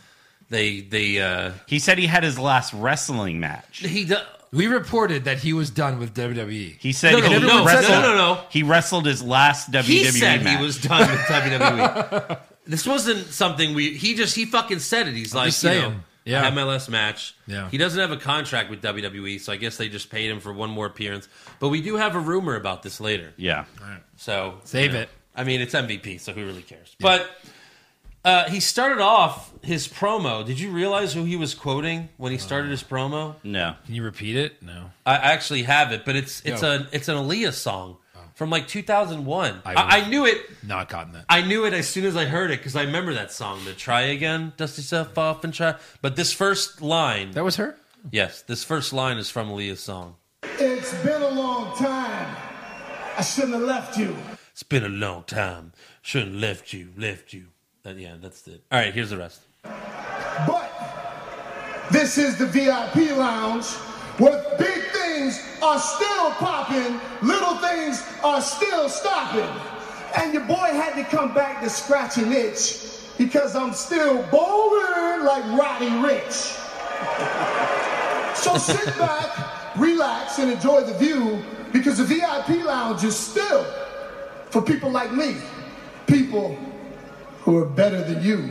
D: they they uh,
F: He said he had his last wrestling match.
D: he do-
E: We reported that he was done with E. WWE.
F: He said
D: No, no, no,
F: he
D: no,
F: wrestled,
D: no, no, no.
F: He wrestled his last WWE
E: E
D: he said
F: match.
D: he was done with WWE.
E: *laughs*
D: this wasn't something we. He just he fucking said it. He's like,
E: just
D: you
E: saying.
D: know,
E: Yeah.
D: I had my last match.
E: Yeah.
D: He doesn't have a contract with WWE, so I guess they just paid him for one more appearance. But we do have a rumor about this later.
F: yeah.
D: So
E: Save
D: you know,
E: it.
D: I mean, it's MVP, so who really cares? But uh, he started off his promo. Did you realize who he was quoting when he started his promo?
F: No.
E: Can you repeat it? No.
D: I actually have it, but it's it's
E: No.
D: a it's an Aaliyah song from like 2001. I,
E: I
D: I,
E: would-
D: knew it.
E: Not gotten that.
D: I knew it as soon as I heard it because I remember that song. The try again, dust yourself off and try. But this first line,
E: That was her?
D: yes, this first line is from Aaliyah's song.
B: It's been a long time. I shouldn't have left you.
D: It's been a long time. Shouldn't left you, left you. That, yeah, that's it. All right, here's the rest.
B: But this is the VIP lounge where big things are still popping, little things are still stopping. And your boy had to come back to scratch an itch because I'm still bowling like Roddy Rich. So sit back, relax, and enjoy the view because the VIP lounge is still for people like me, people who are better than you.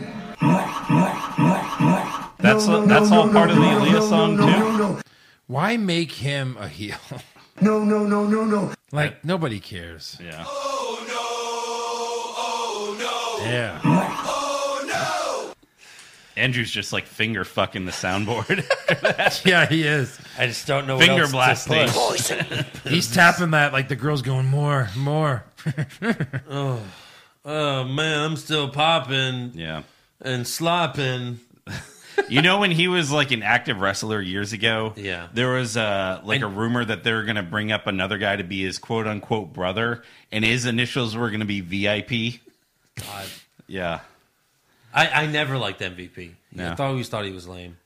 F: That's that's all part of the Aaliyah song too.
E: Why make him a heel? *laughs*
B: No, no, no, no, no.
E: like, nobody cares.
F: Yeah.
E: Yeah.
F: Andrew's just like finger fucking
D: *laughs*
F: the soundboard.
E: *laughs* yeah, he is.
D: I just don't know.
F: *laughs* finger
D: what else to
F: blasting.
D: push.
E: He's tapping that like the girl's going more, more.
D: Oh man, I'm still popping
F: Yeah.
D: and slopping.
F: You know when he was like an active wrestler years ago?
D: Yeah.
F: There was uh like
D: And-
F: a rumor that they were gonna bring up another guy to be his quote unquote brother and his initials were gonna be VIP.
D: God.
F: Yeah.
D: I, I never liked MVP.
F: No.
D: I thought, always thought he was lame.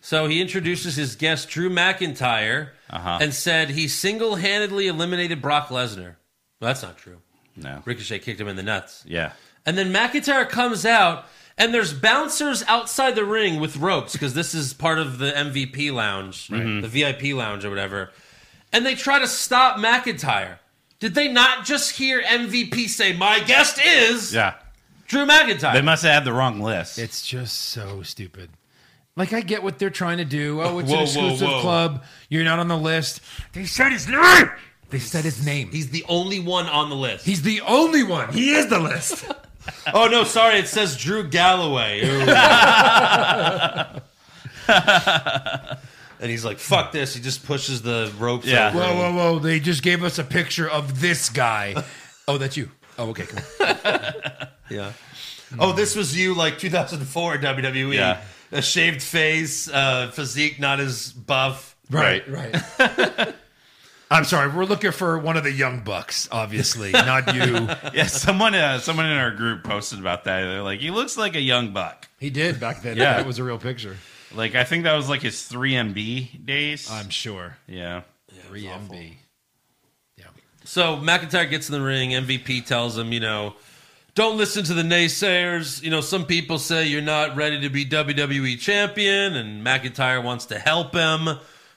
D: So he introduces his guest Drew McIntyre
F: Uh-huh.
D: and said he single handedly eliminated Brock Lesnar. Well, that's not true.
F: No.
D: Ricochet kicked him in the nuts.
F: Yeah.
D: And then McIntyre comes out, and there's bouncers outside the ring with ropes because this is part of the MVP lounge,
F: Mm-hmm.
D: the VIP lounge or whatever. And they try to stop McIntyre. Did they not just hear MVP say, My guest is
F: Yeah.
D: Drew McIntyre?
F: They must have had the wrong list.
E: It's just so stupid. Like, I get what they're trying to do. Oh, it's
F: Whoa,
E: an
F: whoa,
E: exclusive
F: whoa.
E: club. You're not on the list. They said his name. They said his name. He's,
D: He's the only one on the list.
E: he's the only one. He is the list.
D: oh, no, sorry. It says Drew
F: *laughs*
D: Galloway. Ooh. and he's like, Fuck this. He just pushes the ropes
F: Yeah.
D: over.
E: whoa, whoa, whoa. They just gave us a picture of this guy. Oh, that's you. Oh, okay. Come on.
D: Yeah. Oh, this was you like 2004 WWE. E.
F: Yeah.
D: A shaved face, uh, physique not as buff.
E: Right, right. *laughs* I'm sorry. We're looking for one of the young bucks, obviously, not you.
F: *laughs* Yeah, someone uh, someone in our group posted about that. They're like, he looks like a young buck.
E: He did back then.
F: Yeah.
E: that was a real picture.
F: Like I think that was like his 3MB days.
E: I'm sure.
F: yeah.
E: Three MB. Yeah.
D: So McIntyre gets in the ring. MVP tells him, you know, don't listen to the naysayers. You know, some people say you're not ready to be WWE champion, and McIntyre wants to help him.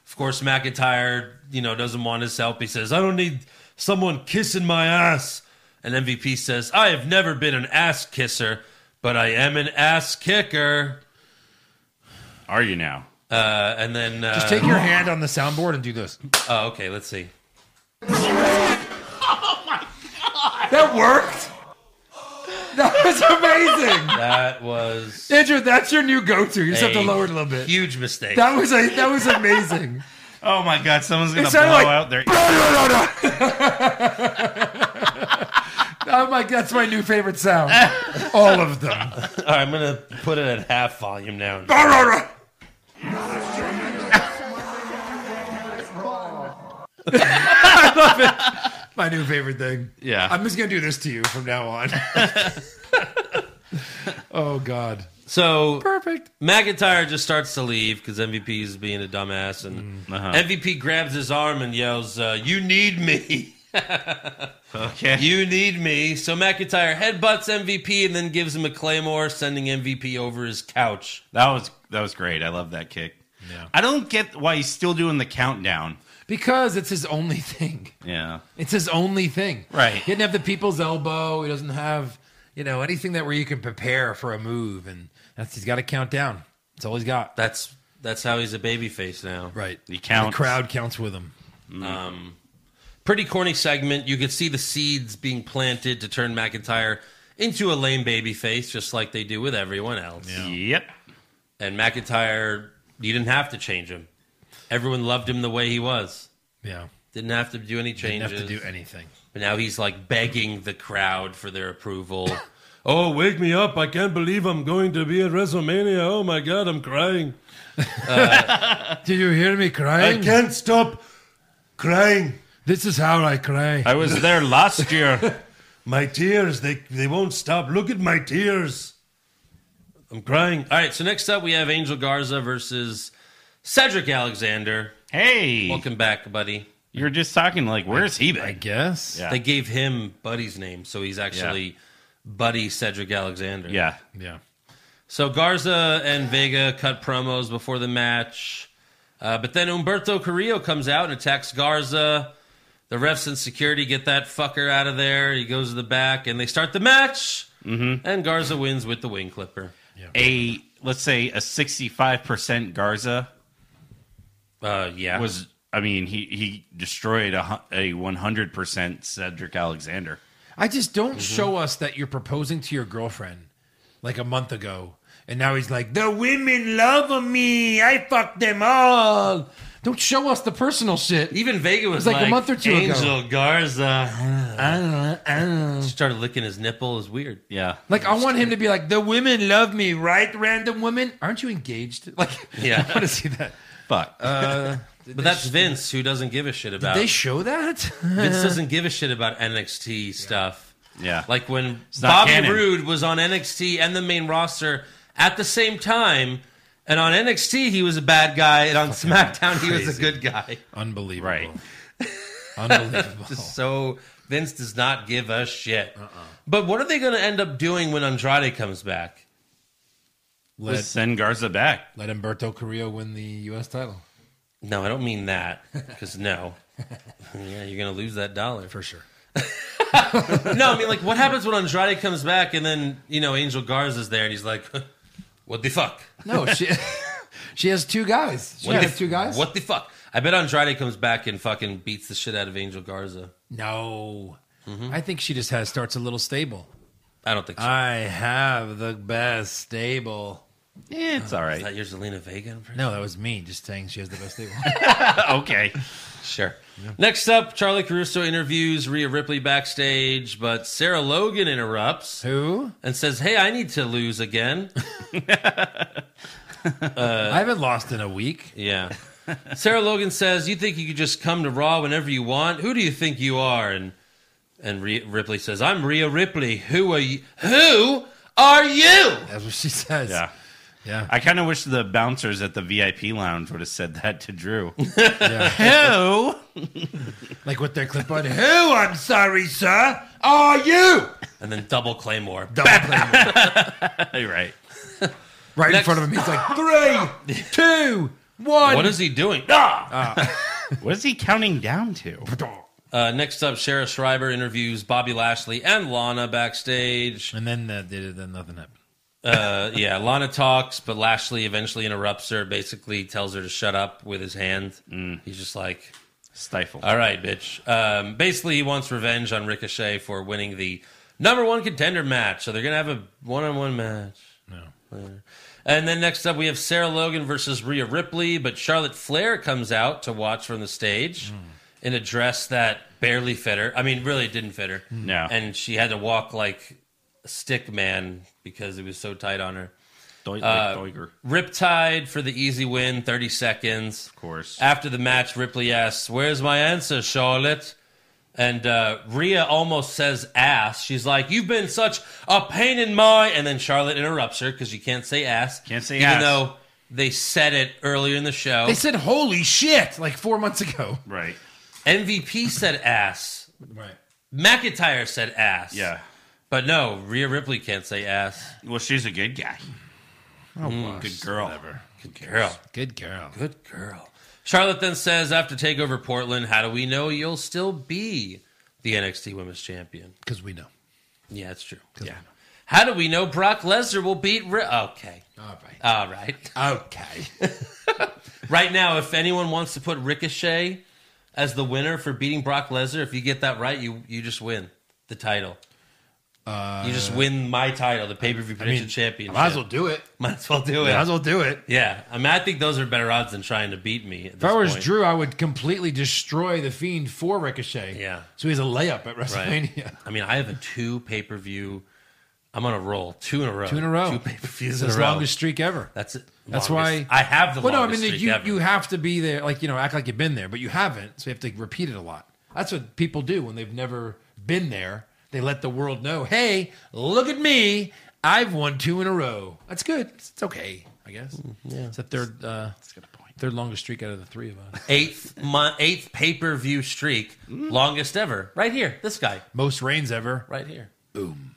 D: Of course, McIntyre, you know, doesn't want his help. He says, I don't need someone kissing my ass. And MVP says, I have never been an ass kisser, but I am an ass kicker.
F: Are you now?
D: Uh, and then. Uh,
E: Just take your hand on the soundboard and do this.
D: Oh, okay, let's see.
E: That worked. That was
D: *laughs*
E: amazing,
D: That was.
E: Andrew. That's your new go-to. You just have
D: a
E: to lower it a little bit.
D: Huge mistake.
E: That was a, that was amazing.
F: Oh my God! Someone's gonna
E: It
F: blow
E: sounded like-
F: out their.
E: *laughs* I'm like, that's my new favorite sound. All of them.
D: All right, I'm going to put it at half volume now.
E: My new favorite thing.
F: *laughs* Yeah.
E: I'm just gonna do this to you from now on. *laughs* oh God.
D: So
E: Perfect.
D: McIntyre just starts to leave because MVP is being a dumbass, and MVP grabs his arm and yells, uh, "You need me!
F: *laughs*
D: *laughs*
F: Okay.
D: You need me!" So McIntyre headbutts MVP and then gives him a claymore, sending MVP over his couch
F: that was that was great. I love that kick.
E: Yeah.
F: I don't get why he's still doing the countdown.
E: Because it's his only thing.
F: Yeah.
E: It's his only thing.
F: Right.
E: He didn't have the people's elbow. He doesn't have, you know, anything that where you can prepare for a move and that's he's gotta count down. That's all he's got.
D: That's that's how he's a babyface now.
E: Right.
F: He counts.
E: The crowd counts with him.
D: Pretty corny segment. You could see the seeds being planted to turn McIntyre into a lame babyface, just like they do with everyone else.
F: Yep.
D: And McIntyre, you didn't have to change him. Everyone loved him the way he was.
E: Yeah.
D: Didn't have to do any
E: Didn't
D: changes.
E: have to do anything.
D: but now he's like begging the crowd for their approval. *laughs* oh, wake me up. I can't believe I'm going to be at WrestleMania. Oh my God, I'm crying.
E: Did you hear me crying?
D: stop crying.
E: This is how I cry.
F: I was there *laughs* last year.
D: My tears, they, they won't stop. Look at my tears. I'm crying. All right, so next up we have Angel Garza versus Cedric Alexander.
F: hey,
D: Welcome back, buddy.
F: you were just talking like, where's he
E: I
F: been?
E: guess.
F: Yeah.
D: They gave him Buddy's name, so he's actually Buddy Cedric Alexander.
F: Yeah.
E: Yeah.
D: So Garza and Vega cut promos before the match, uh, but then Umberto Carrillo comes out and attacks Garza. The refs and security get that fucker out of there. He goes to the back, and they start the match. Mm-hmm. And Garza wins with the wing clipper.
F: A let's say a sixty-five percent Garza
D: Uh, yeah,
F: was. I mean, he he destroyed a hu- a one hundred percent Cedric Alexander.
E: I just don't
F: Mm-hmm.
E: show us that you're proposing to your girlfriend like a month ago, and now he's like, the women love me. I fucked them all. Don't show us the personal shit.
D: even Vega was
E: It was like a month or two ago.
D: Angel Garza
E: *laughs* I don't know, I don't know.
D: started licking his nipple. Is weird.
F: Yeah.
E: Like I want him to be like, the women love me, right? Random women, aren't you engaged? *laughs* Like,
D: Yeah.
E: I want to see that.
F: Fuck.
E: uh,
D: But that's Vince who doesn't give a shit
F: Uh,
D: about.
E: They show that.
D: Vince doesn't give a shit about NXT stuff.
F: yeah.
D: Like when
F: not
D: Bobby
F: canon.
D: Roode was on NXT and the main roster at the same time, and on NXT he was a bad guy, and on SmackDown he was a
E: crazy.
D: good
E: *laughs*
D: guy.
E: Unbelievable.
F: Right.
E: Unbelievable.
D: So Vince does not give a shit.
E: Uh-uh.
D: But what are they going to end up doing when Andrade comes back?
F: Let's
E: let,
F: send Garza back.
E: let Umberto Carrillo win the U.S. title
D: No, I don't mean that because
E: *laughs*
D: no, yeah, you're going to lose that dollar. *laughs*
E: for sure.
D: No, I mean like what happens when Andrade comes back and then you know Angel Garza's there and he's like, *laughs* what the fuck?
E: No, she *laughs* she has two guys. She
D: What the
E: has two guys.
D: What the fuck? I bet Andrade comes back and fucking beats the shit out of Angel Garza.
E: No,
D: Mm-hmm.
E: I think she just has starts a little stable.
D: I don't think so.
E: I have the best stable.
F: Yeah, it's all
D: Is
F: right.
D: that your Zelina Vega impression?
E: No, that was me just saying she has the
D: *laughs*
E: best stable.
F: okay.
D: Sure. Next up, Charlie Caruso interviews Rhea Ripley backstage, but Sarah Logan interrupts
E: Who?
D: and says, Hey, I need to lose again. Uh,
E: I haven't lost in a week.
D: Yeah. Sarah Logan says, You think you could just come to Raw whenever you want? Who do you think you are? And and Rhea Ripley says, I'm Rhea Ripley. Who are you? Who are you?
E: That's what she says.
F: Yeah.
D: *laughs*
E: Yeah.
F: I kind of wish the bouncers at the VIP lounge would have said that to Drew.
E: Who? like with their clip
D: *laughs*
E: on. Who? I'm sorry, sir. Are you?
D: and then double claymore.
E: Double
D: *laughs*
E: play.
F: *laughs* You're right.
E: Right in
D: Next.
E: front of him. He's like, three, two, one.
D: What is he doing?
F: What is he counting down to?
D: Uh, next up, Shara Schreiber interviews Bobby Lashley and Lana backstage.
E: And then, uh, they- then nothing happened.
D: Uh, yeah, Lana talks, but Lashley eventually interrupts her, basically tells her to shut up with his hand. He's just like,
F: Stifle.
D: All right, bitch. Um, basically, he wants revenge on Ricochet for winning the number one contender match. So they're going to have a one on one match. No. And then next up, we have Sarah Logan versus Rhea Ripley, but Charlotte Flair comes out to watch from the stage in a dress that barely fit her. I mean, really, it didn't fit her.
F: No.
D: And she had to walk like a stick man because it was so tight on her.
F: Doig- like
D: uh,
F: Doiger, of
D: Riptide for the easy win, 30 seconds.
F: course.
D: After the match, Ripley asks, Where's my answer, Charlotte? And uh, Rhea almost says ass. She's like, You've been such a pain in my. And then Charlotte interrupts her because you can't say ass.
F: Can't say
D: even
F: ass.
D: though they said it earlier in the show.
E: They said, holy shit, like four months ago.
F: right.
D: MVP said ass.
E: Right.
D: McIntyre said ass.
F: Yeah.
D: But no, Rhea Ripley can't say ass.
F: Well, she's a good guy. Oh, good girl.
D: Good girl.
E: Good girl.
D: Good girl. Charlotte then says, After TakeOver Portland, how do we know you'll still be the NXT Women's Champion?
E: Because we know.
D: Yeah, it's true.
E: 'Cause
D: Yeah. How do we know Brock Lesnar will beat? Ri- okay,
E: we know. All right.
D: all right.
E: okay.
D: Right now, if anyone wants to put Ricochet as the winner for beating Brock Lesnar, if you get that right, you you just win the title. you just win my title, the pay per view prediction championship.
E: *laughs* Uh, Might as well do it.
D: Might as well do it.
E: Might as well do it.
D: yeah, I mean, I think those are better odds than trying to beat me. At
E: If
D: this
E: I was
D: point.
E: Drew, I would completely destroy the Fiend for Ricochet.
D: Yeah.
E: So he's a layup at WrestleMania.
D: I mean, I have a two pay per view. I'm on a roll, two in a row,
E: Two in a row.
D: two pay per views in
E: His
D: a row.
E: longest streak ever.
D: That's it.
E: That's
D: Longest.
E: why
D: I have the
E: Well, no, I mean
D: longest streak
E: you
D: ever.
E: you have to be there, like you know, act like you've been there, but you haven't, so you have to repeat it a lot. That's what people do when they've never been there. They let the world know, hey, look at me, I've won two in a row. That's good. It's, it's okay, I guess. Yeah, it's the third uh, third longest streak out of the three of us.
D: eighth mon- eighth pay per view streak, longest ever. Right here, this guy,
E: Most reigns ever,
D: right here.
E: Boom.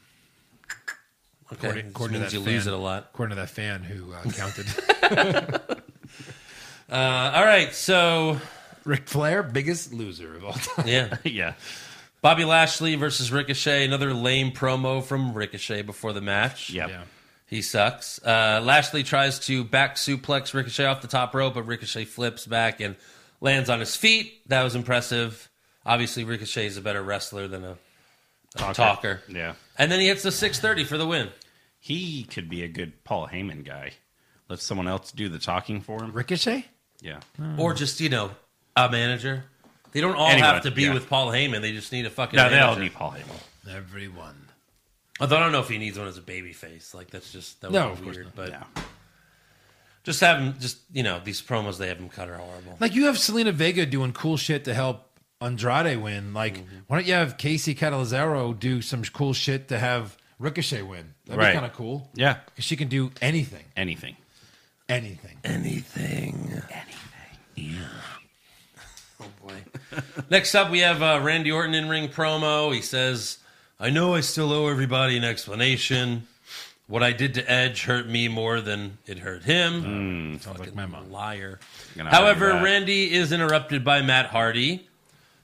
D: Okay,
E: According-
D: this
E: according to
D: means
E: that
D: you lose
E: fan.
D: it a lot.
E: according to that fan
D: *laughs*
E: who uh, counted.
D: Uh, all right, so
E: Ric Flair, biggest loser of all time.
D: yeah,
F: *laughs*
D: *laughs*
F: Yeah.
D: Bobby Lashley versus Ricochet. Another lame promo from Ricochet before the match.
F: Yeah.
D: He sucks. Uh, Lashley tries to back suplex Ricochet off the top rope, but Ricochet flips back and lands on his feet. That was impressive. Obviously, Ricochet is a better wrestler than a, a talker.
F: Yeah.
D: And then he hits the 630 for the win.
F: He could be a good Paul Heyman guy. Let someone else do the talking for him.
E: Ricochet.
F: Yeah.
D: Or just, you know, a manager. They don't all
F: Anyone,
D: have to be
F: yeah.
D: with Paul Heyman. They just need a fucking
F: No, they
D: manager.
F: all need Paul Heyman.
E: Everyone.
D: Although I don't know if he needs one as a baby face. Like, that's just, that would
E: No,
D: be
E: of course
D: weird.
E: not.
D: But
F: Yeah.
D: just have him, just, you know, these promos they have him cut are horrible.
E: Like you have Selena Vega doing cool shit to help Andrade win. Like why don't you have Casey Catalazaro do some cool shit to have Ricochet win? That'd
F: Right.
E: be kind of cool.
F: Yeah.
E: 'Cause she can do anything,
F: Anything.
E: anything.
D: Anything. *laughs* Oh, Boy. Next up, we have uh, Randy Orton in ring promo. He says, I know I still owe everybody an explanation. What I did to Edge hurt me more than it hurt him.
F: Mm,
E: Sounds like my mom.
D: Liar.
F: Gonna
D: However,
F: argue that.
D: Randy is interrupted by Matt Hardy,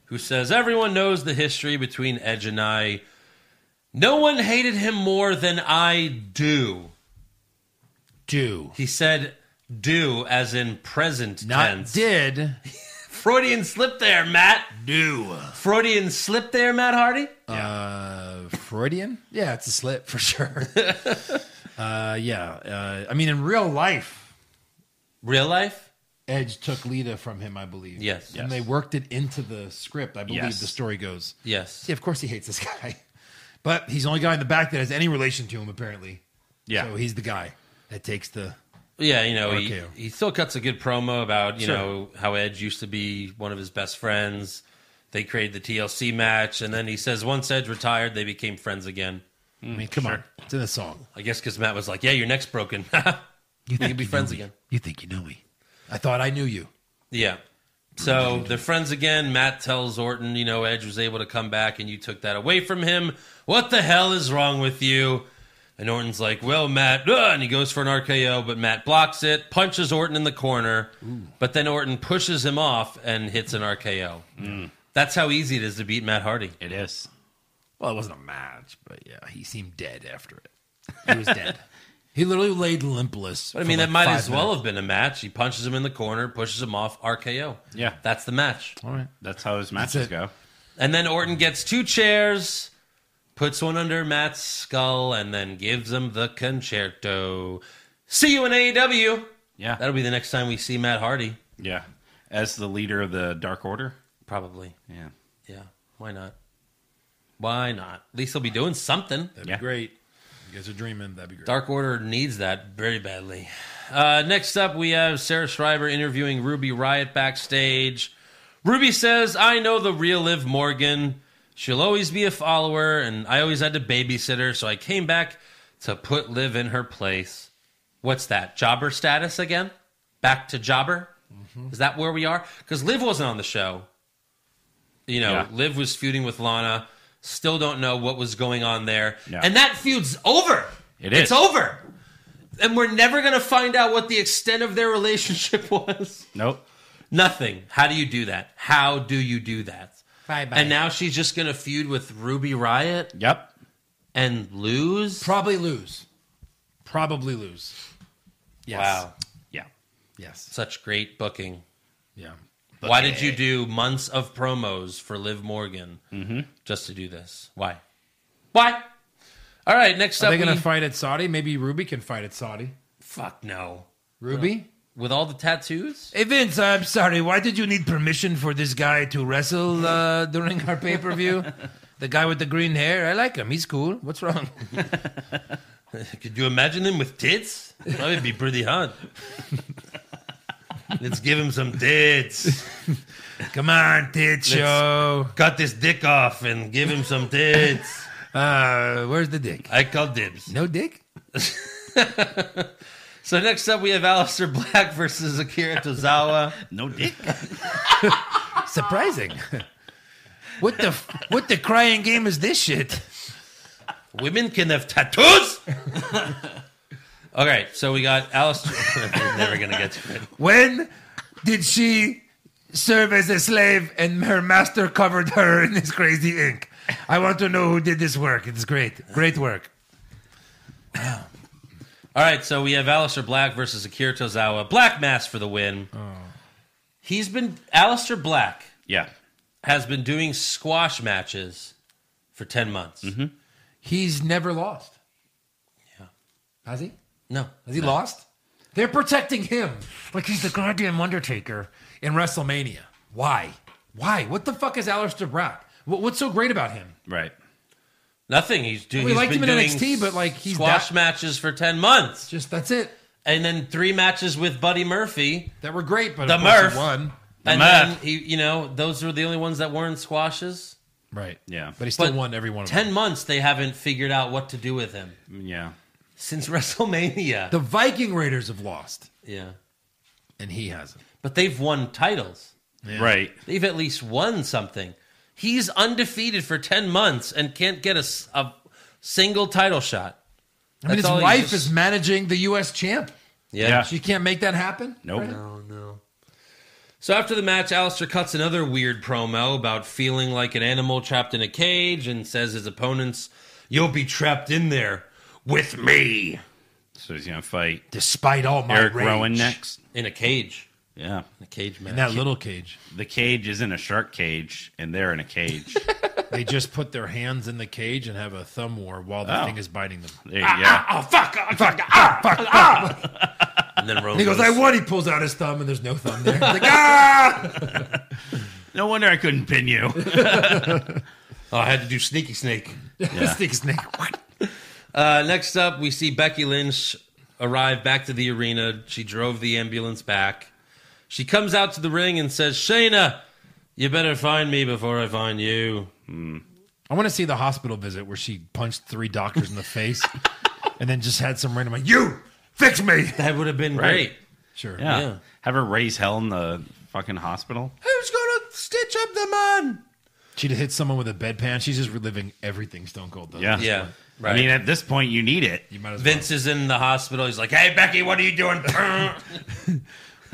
D: who says, Everyone knows the history between Edge and I. No one hated him more than I do.
E: Do
D: He said, do as in present
E: not
D: tense.
E: did
D: Freudian slip there, Matt.
E: do.
D: Freudian slip there, Matt Hardy.
E: Uh, Freudian? Yeah, it's a slip for sure. uh, yeah. Uh, I mean, in real life,
D: Real life?
E: Edge took Lita from him, I believe.
D: Yes.
E: And they worked it into the script. I believe
F: Yes.
E: the story goes.
D: Yes.
E: Yeah, of course he hates this *laughs* guy. But he's the only guy in the back that has any relation to him, apparently.
F: Yeah.
E: So he's the guy that takes the.
D: Yeah, you know, he,
E: RKO.
D: he still cuts a good promo about, you
E: Sure.
D: know, how Edge used to be one of his best friends. They created the TLC match, and then he says once Edge retired, they became friends again.
E: I mean, come on. It's in the song.
D: I guess because Matt was like, yeah, your neck's broken. *laughs*
E: You
D: can be
E: you know
D: friends
E: me.
D: again.
E: You think you know me? I thought I knew you.
D: Yeah. So they're friends again. Matt tells Orton, you know, Edge was able to come back and you took that away from him. What the hell is wrong with you? And Orton's like, well, Matt, ugh," and he goes for an RKO, but Matt blocks it, punches Orton in the corner, but then Orton pushes him off and hits an RKO. That's how easy it is to beat Matt Hardy.
F: It is.
E: Well, it wasn't a match, but yeah, he seemed dead after it. He was dead. he literally laid limpless.
D: But I mean, that might as well have been a match. He punches him in the corner, pushes him off, RKO.
F: Yeah.
D: That's the match.
F: All right. That's how his matches
E: it.
F: go.
D: And then Orton gets two chairs, puts one under Matt's skull, and then gives him the concerto. See you in AEW.
F: Yeah.
D: That'll be the next time we see Matt Hardy,
F: yeah. As the leader of the Dark Order.
D: probably.
F: Yeah.
D: Yeah, why not? Why not? At least he'll be doing something.
E: That'd
F: Yeah.
E: be great. You guys are dreaming. That'd be great.
D: Dark Order needs that very badly. Uh, next up, we have Sarah Schreiber interviewing Ruby Riot backstage. Ruby says, I know the real Liv Morgan. She'll always be a follower, and I always had to babysit her, so I came back to put Liv in her place. What's that? Jobber status again? Back to jobber?
F: Mm-hmm.
D: Is that where we are? Because Liv wasn't on the show. You know,
F: Yeah.
D: Liv was feuding with Lana. Still don't know what was going on there.
F: Yeah.
D: And that feud's over.
F: It
D: It's
F: is.
D: over. And we're never going to find out what the extent of their relationship *laughs* was.
F: Nope.
D: Nothing. How do you do that? How do you do that? And now she's just going to feud with Ruby Riot
F: Yep.
D: and lose?
E: probably lose. Probably lose. Yes.
D: Wow.
F: Yeah.
E: Yes.
D: Such great booking.
E: Yeah.
D: Why did you do months of promos for Liv Morgan just to do this? Why? Why? All right, next
E: Are
D: up.
E: they going
D: we-
E: to fight at Saudi? Maybe Ruby can fight at Saudi.
D: Fuck no.
E: Ruby?
D: With all the tattoos?
E: Hey Vince, I'm sorry. Why did you need permission for this guy to wrestle uh, *laughs* during our pay per view? the guy with the green hair, I like him. He's cool. What's *laughs* wrong?
D: Could you imagine him with tits? That would be pretty hard. Let's give him some tits.
E: Come on, tit show.
D: Cut this dick off and give him some tits.
E: Uh, where's the dick?
D: I call dibs.
E: No dick.
D: So next up, we have Alistair Black versus Akira Tozawa.
F: No dick.
E: *laughs* Surprising. what the f- what the crying game is this shit?
D: Women can have tattoos. All right, so we got Alistair. We're *laughs* never gonna get to it.
E: When did she serve as a slave and her master covered her in his crazy ink? I want to know who did this work. It's great, great work.
D: All right, so we have Alistair Black versus Akira Tozawa. Black Mass for the win. He's been Alistair Black
F: *laughs* Yeah.
D: has been doing squash matches for ten months.
E: He's never lost.
D: Yeah.
E: Has he?
D: No,
E: Has he lost? They're protecting him like he's the goddamn Undertaker in WrestleMania. Why? Why? What the fuck is Aleister Black? What, what's so great about him?
F: Right.
D: nothing. He's doing.
E: We
D: he's
E: liked
D: been
E: him in
D: doing
E: NXT, but, like, he's
D: squash
E: that-
D: matches for ten months,
E: Just that's it.
D: and then three matches with Buddy Murphy.
E: That were great, but
D: The
E: of course he
D: Murph.
E: won.
D: and then
F: Murph.
D: he, you know, those were the only ones that weren't squashes.
E: Right.
F: Yeah.
E: But he still
D: But
E: won every one of them.
D: Ten months they haven't figured out what to do with him
F: Yeah.
D: since *laughs* WrestleMania.
E: The Viking Raiders have lost,
D: yeah,
E: and he hasn't.
D: but they've won titles.
F: Right.
D: They've at least won something. He's undefeated for ten months and can't get a, s- a single title shot.
E: I mean,
D: That's all
E: his
D: he
E: wife
D: just-
E: is managing the U.S. champ.
F: Yeah.
E: She can't make that happen.
F: Nope.
D: Oh no. So after the match, Alistair cuts another weird promo about feeling like an animal trapped in a cage and says his opponents, You'll be trapped in there with me
F: So he's gonna fight
E: Despite all my
F: Eric
E: rage.
F: Rowan next.
D: in a cage.
F: Yeah.
D: In a cage match.
E: In that little cage.
F: The cage is in a shark cage, and they're in
D: *laughs*
F: a cage.
E: They just put their hands in the cage and have a thumb war while
F: Oh.
E: the thing is biting them.
F: There you go.
E: Oh fuck! Oh, fuck! Ah, fuck! Ah!
D: and then Rowan
E: And he goes,
D: goes,
E: "I won." He pulls out his thumb, and there's no thumb there. He's like,
F: *laughs*
E: ah!
F: No wonder I couldn't pin you.
D: "Oh, I had to do sneaky snake.
E: Snake, snake. What?
D: Uh, next up, we see Becky Lynch arrive back to the arena. She drove the ambulance back. She comes out to the ring and says, Shayna, you better find me before I find you.
E: I want to see the *laughs* hospital visit where she punched three doctors in the face, and then just had some random like, "You, Fix me.
D: That would have been
F: Right.
D: great.
E: Sure.
F: Yeah.
D: Yeah.
F: *laughs* Have her raise hell in the
D: *laughs*
F: fucking hospital.
D: Who's gonna stitch up the man?
E: She'd have hit someone with a bedpan. She's just reliving everything Stone Cold does.
F: Yeah.
D: Yeah, right.
F: I mean, at this point, you need it.
E: You might as well.
D: Vince is in the hospital. He's like, "Hey, *laughs* Becky, what are you doing?" *laughs*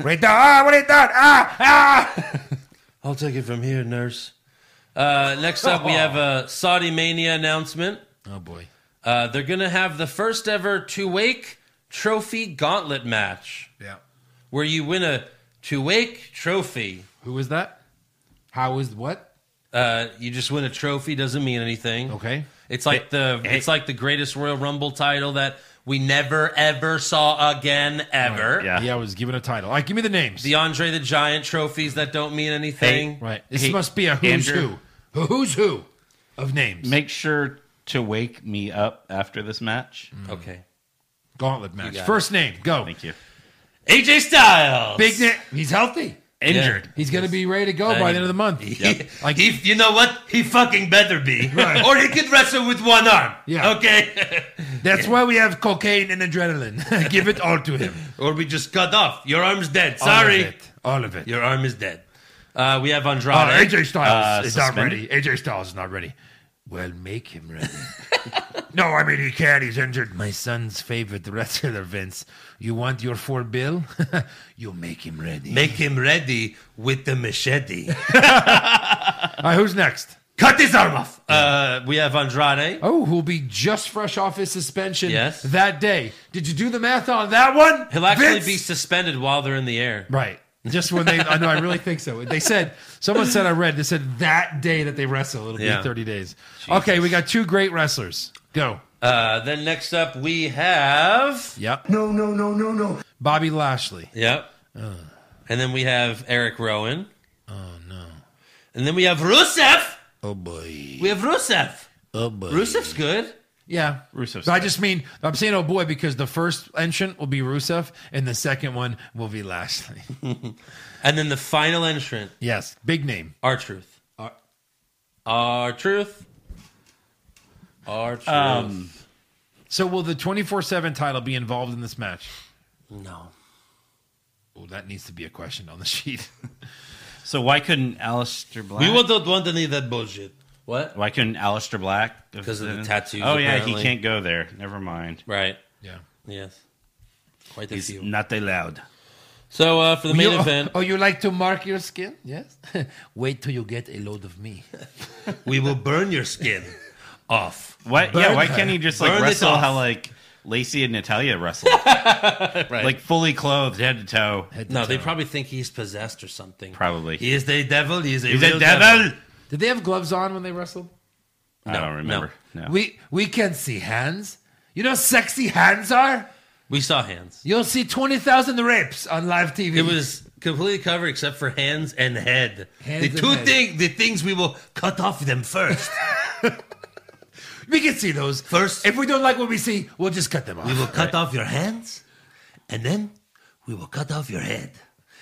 E: Right there. Ah, what are you doing? Ah, ah.
D: I'll take it from here, nurse. Uh, next up,
E: *laughs*
D: we have a Saudi Mania announcement.
E: Oh, boy.
D: Uh, they're going to have the first ever two-wake trophy gauntlet match
E: Yeah.
D: where you win a two-wake trophy.
E: Who was that? How was what?
D: Uh, you just win a trophy doesn't mean anything.
E: Okay.
D: It's like the
F: Hey.
D: it's like the greatest Royal Rumble title that we never ever saw again ever.
F: Yeah.
E: Yeah, I was given a title. All right, give me the names.
D: The Andre the Giant trophies that don't mean anything.
E: right. This
F: Hey,
E: must be a who's
F: Andrew.
E: who. A who's who of names.
F: *laughs* Make sure to wake me up after this match.
D: Okay.
E: Gauntlet match.
D: got
E: First name. Go.
F: Thank you.
D: AJ Styles.
E: Big name. He's healthy.
F: Injured.
E: He's going to be ready to go
D: Uh,
E: by the end of the month. *laughs* Like-
D: he, you know what? He fucking better be,
E: *laughs* Right.
D: or he could wrestle with one arm.
E: Yeah.
D: Okay. *laughs*
E: That's why we have cocaine and adrenaline. *laughs* give it all to him.
D: or we just cut off. Your arm's dead.
E: All of
D: Sorry.
E: it. All of it.
D: Your arm is dead. Uh, we have Andrade.
E: Oh, AJ Styles
F: Uh,
E: is not ready.
F: suspended?
E: AJ Styles is not ready. Well, make him ready. no, I mean he can't. He's injured. My son's favorite wrestler, Vince. You want your four bill? *laughs* you make him ready.
D: Make him ready with the
E: *laughs*
D: machete.
E: All right, who's next?
D: cut his arm off. Uh, we have Andrade.
E: Oh, who'll be just fresh off his suspension
D: Yes.
E: that day. Did you do the math on that one?
D: He'll actually
E: Vince?
D: be suspended while they're in the air.
E: Right. Just when they, I know, I really think so. They said, someone said, I read, they said that day that they wrestle, it'll
D: Yeah.
E: be 30 days. Okay, we got two great wrestlers. Go.
D: Uh, then next up we have.
E: Yep.
B: No, no, no, no, no.
E: Bobby Lashley.
D: Yep. And then we have Eric Rowan.
E: Uh. Oh, no.
D: And then we have Rusev.
E: Oh, boy.
D: We have Rusev.
E: Oh, boy.
D: Rusev's good.
E: Yeah.
F: Rusev's
E: But I just mean, I'm saying, oh, boy, because the first entrant will be Rusev and the second one will be Lashley. *laughs*
D: And then the final entrant,
E: yes. Big name.
D: R Truth.
E: R-
D: R Truth. R Truth.
F: Um,
E: So will the 24 7 title be involved in this match?
D: no.
E: Oh, that needs to be a question on the sheet. *laughs*
F: So why couldn't Alistair Black?
D: We would not want any of that bullshit. What?
F: Why couldn't Alistair Black?
D: 'Cause of the tattoos,
F: Oh yeah,
D: apparently.
F: he can't go there. Never mind.
D: Right.
E: yeah.
D: Yes. Quite a
F: He's
D: few.
F: not allowed.
D: so uh, for the main *laughs*
E: You-
D: event,
E: Oh, you like to mark your skin? Yes. *laughs* Wait till you get a load of me.
D: we will burn your skin *laughs* off.
F: What? yeah. Why can't he just like
D: Burn it
F: wrestle
D: off.
F: how like Lacey and
D: *laughs*
F: Natalia wrestled, like fully clothed, head to toe?
D: No, they probably think he's possessed or something.
F: Probably.
D: He is the devil. He is a,
F: He's
D: real
F: a devil.
E: Did they have gloves on when they wrestled?
F: I don't remember. No.
E: We we can see hands. You know, how sexy hands are.
D: We saw hands.
E: You'll see twenty thousand rapes on live TV.
D: It was completely covered except for hands and head.
E: Hands
D: the
E: and
D: two
E: head.
D: thing, the things we will cut off them first.
E: we can see those
D: First-
E: If we don't like what we see, we'll just cut them off.
D: We will cut off your hands, and then we will cut off your head.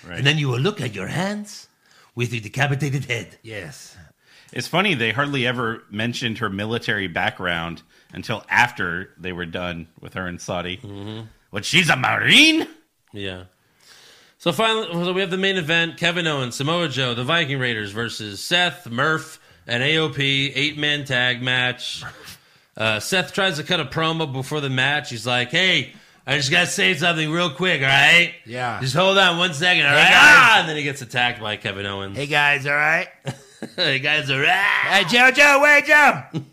F: Right.
D: And then you will look at your hands with your decapitated head.
E: Yes.
F: It's funny they hardly ever mentioned her military background until after they were done with her and Saudi.
D: Mm-hmm.
F: But she's a marine.
D: Yeah. So finally, so we have the main event Kevin Owens, Samoa Joe, the Viking Raiders versus Seth, Murph, and AOP, eight man tag match. Uh, Seth tries to cut a promo before the match. He's like, hey, I just got to say something real quick, all right?
E: Yeah.
D: Just hold on one second, all right? Ah! And then he gets attacked by Kevin Owens. *laughs* Hey,
E: guys, all right.
D: guys, all right?
E: Hey, JoJo, wait, Joe.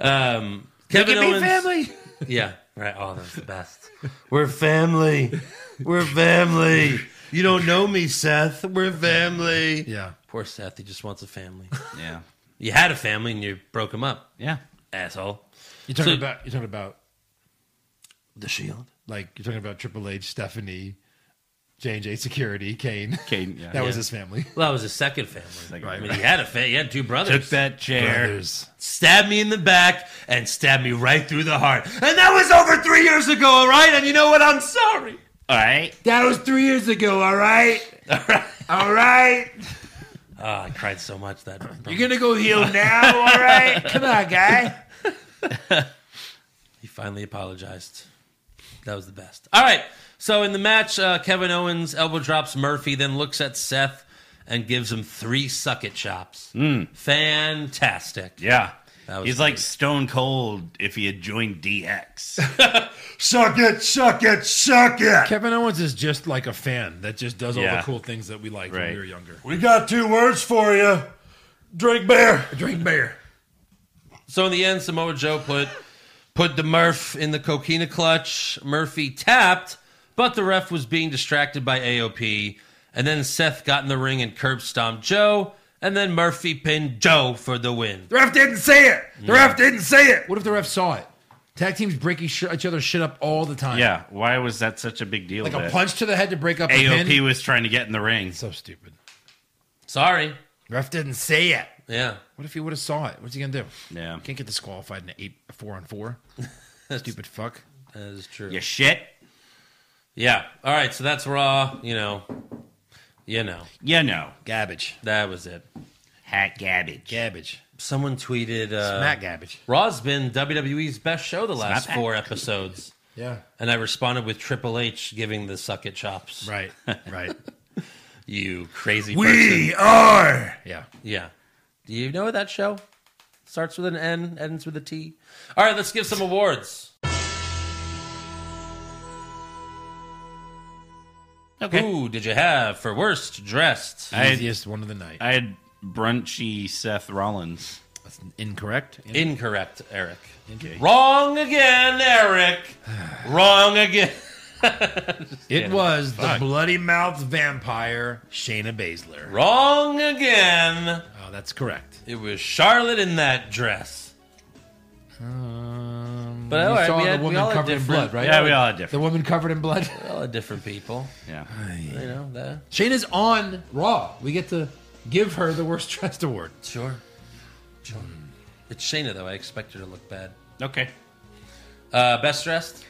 D: Um, Kevin
E: Give me
D: Owens.
E: family.
D: Yeah, right. Oh, that's the best. We're family. *laughs* We're family. You don't know me, Seth. We're family.
E: Yeah.
D: Poor Seth. He just wants a family.
F: Yeah.
D: You had a family and you broke him up,
F: Yeah.
D: asshole.
E: You're talking
D: So-
E: about. You're talking about
D: The Shield.
E: like you're talking about Triple H, Stephanie, J and J Security, Kane.
F: Kane, yeah.
E: that was
D: Yeah.
E: his family.
D: Well, that was his second family. I
F: Right,
D: mean, he had a fa- he had two
F: Took
D: brothers.
F: that chair.
D: stabbed me in the back and stabbed me right through the heart. And that was over three years ago, all right? And you know what? I'm sorry.
F: All right.
E: That was three years ago. All right. *laughs* All right.
D: Ah, I cried so much that.
E: You're gonna go heal now. All right. Come on, guy.
D: He finally apologized. That was the best. All right. So in the match, uh, Kevin Owens elbow drops Murphy, then looks at Seth and gives him three suck it chops. Fantastic.
F: Yeah.
D: That was
F: He's
D: great.
F: like Stone Cold if he had joined DX.
E: Suck it, suck it, suck it. Kevin Owens is just like a fan that just does all
F: Yeah.
E: the cool things that we liked when
F: Right.
E: we were younger.
A: We got two words for you. Drink beer.
E: Drink beer.
D: So in the end, Samoa Joe put put the Murph in the coquina clutch. Murphy tapped, but the ref was being distracted by AOP. And then Seth got in the ring and curb stomped Joe. And then Murphy pinned Joe for the win.
A: The ref didn't say it. The ref didn't say it.
E: What if the ref saw it? Tag teams break each, each other's shit up all the time.
F: yeah. Why was that such a big deal?
E: Like a
F: that
E: punch to the head to break up a
F: AOP
E: pin.
F: was trying to get in the ring.
E: So stupid.
D: Sorry.
E: Ref didn't say it.
D: Yeah.
E: What if he would have saw it? What's he gonna do?
F: Yeah.
E: Can't get disqualified in an eight four on four. Stupid fuck.
D: That is true.
F: You shit.
D: Yeah. All right. So that's Raw. You know, you know,
F: You know.
E: Gabbage.
D: that was it.
F: Hat garbage.
E: Gabbage.
D: Someone tweeted uh,
E: Smack gabbage.
D: Raw's been WWE's best show the last
F: Smack.
D: four episodes.
E: Yeah.
D: And I responded with Triple H giving the suck it chops.
E: Right. Right.
D: You crazy person.
A: We are.
E: yeah.
D: Yeah. Do you know that show? Starts with an N, ends with a T. All right, let's give some awards.
F: Okay.
D: Who did you have for worst dressed?
F: I had,
E: Easiest one of the night.
F: I had brunchy Seth Rollins.
E: That's incorrect.
D: Incorrect, Eric.
F: Okay.
D: Wrong again, Eric. *sighs* Wrong again.
E: It was the bloody mouthed vampire Shayna Baszler.
D: Wrong again.
E: Oh, that's correct.
D: It was Charlotte in that dress.
E: Um,
D: But
E: you
D: all right,
E: saw
D: we
E: the
D: had- we
E: woman
D: all had
E: covered in
D: different-
E: blood, right?
F: Yeah, we all had
E: The
F: different.
E: woman covered in blood.
D: Well, different people.
F: Yeah.
E: Uh-huh.
D: You know that.
E: Shayna's on Raw. We get to give her the worst *laughs* dressed award.
D: Sure. Sure. It's Shayna though. I expect her to look bad.
F: Okay.
D: Uh, best dressed.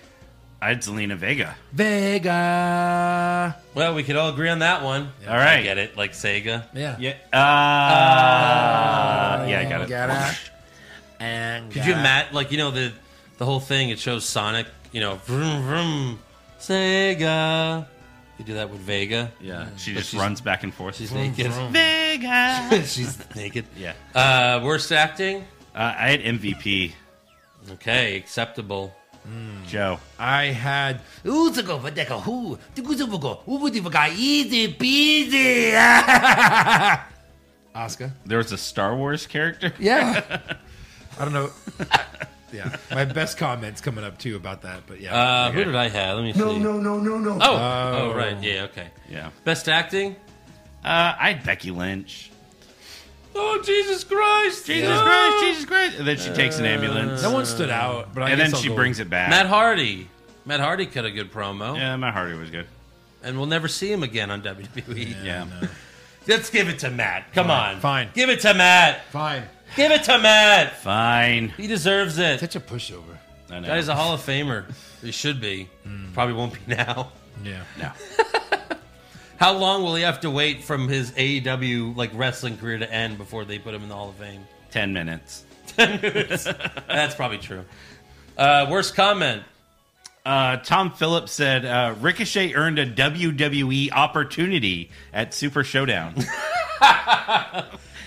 F: I had Selena Vega.
E: Vega.
D: Well, we could all agree on that one.
F: All right.
D: I get it, like Sega.
E: Yeah.
F: Yeah. Uh, yeah, I got it.
E: Got it. And
D: Could you imagine, like you know the the whole thing? It shows Sonic, you know, vroom vroom, Sega. You do that with Vega.
F: Yeah. She
D: But
F: just
D: she's-
F: runs back and forth.
D: She's naked. *laughs*
F: Vega.
D: She's naked.
F: yeah.
D: Uh, worst acting.
F: Uh, I had MVP.
D: Okay, acceptable.
F: Joe.
E: I had
A: Easy peasy.
E: Oscar.
F: There was a Star Wars character. *laughs*
E: Yeah. I don't know. *laughs* yeah. My best comments coming up too about that, but
D: *laughs*
E: yeah.
D: Uh, Who did I have? Let me see.
B: No, no, no, no, no.
D: Oh, oh, right. Yeah, okay.
F: Yeah.
D: Best acting.
F: Uh, I had Becky Lynch.
D: Oh Jesus Christ!
F: Jesus Christ, Jesus Christ. And then she takes an ambulance.
E: Uh, no one stood out, but I
F: and
E: guess
F: then
E: I'll
F: she
E: go-
F: brings it back.
D: Matt Hardy. Matt Hardy cut a good promo,
F: yeah, Matt Hardy was good.
D: and we'll never see him again on WWE.
F: Yeah.
D: Let's give it to Matt. Come on.
E: fine.
D: Give it to Matt.
E: Fine.
D: Give it to Matt.
F: Fine.
D: He deserves it.
E: Such a pushover.
F: I know.
D: That is a Hall of Famer. He should be. Probably won't be now.
E: Yeah.
F: *laughs* no.
D: How long will he have to wait from his AEW like wrestling career to end before they put him in the Hall of Fame? *laughs*
F: 10 minutes.
D: That's probably true. Uh, worst comment.
F: Uh, Tom Phillips said uh, Ricochet earned a WWE opportunity at
E: *laughs*
F: Super Showdown.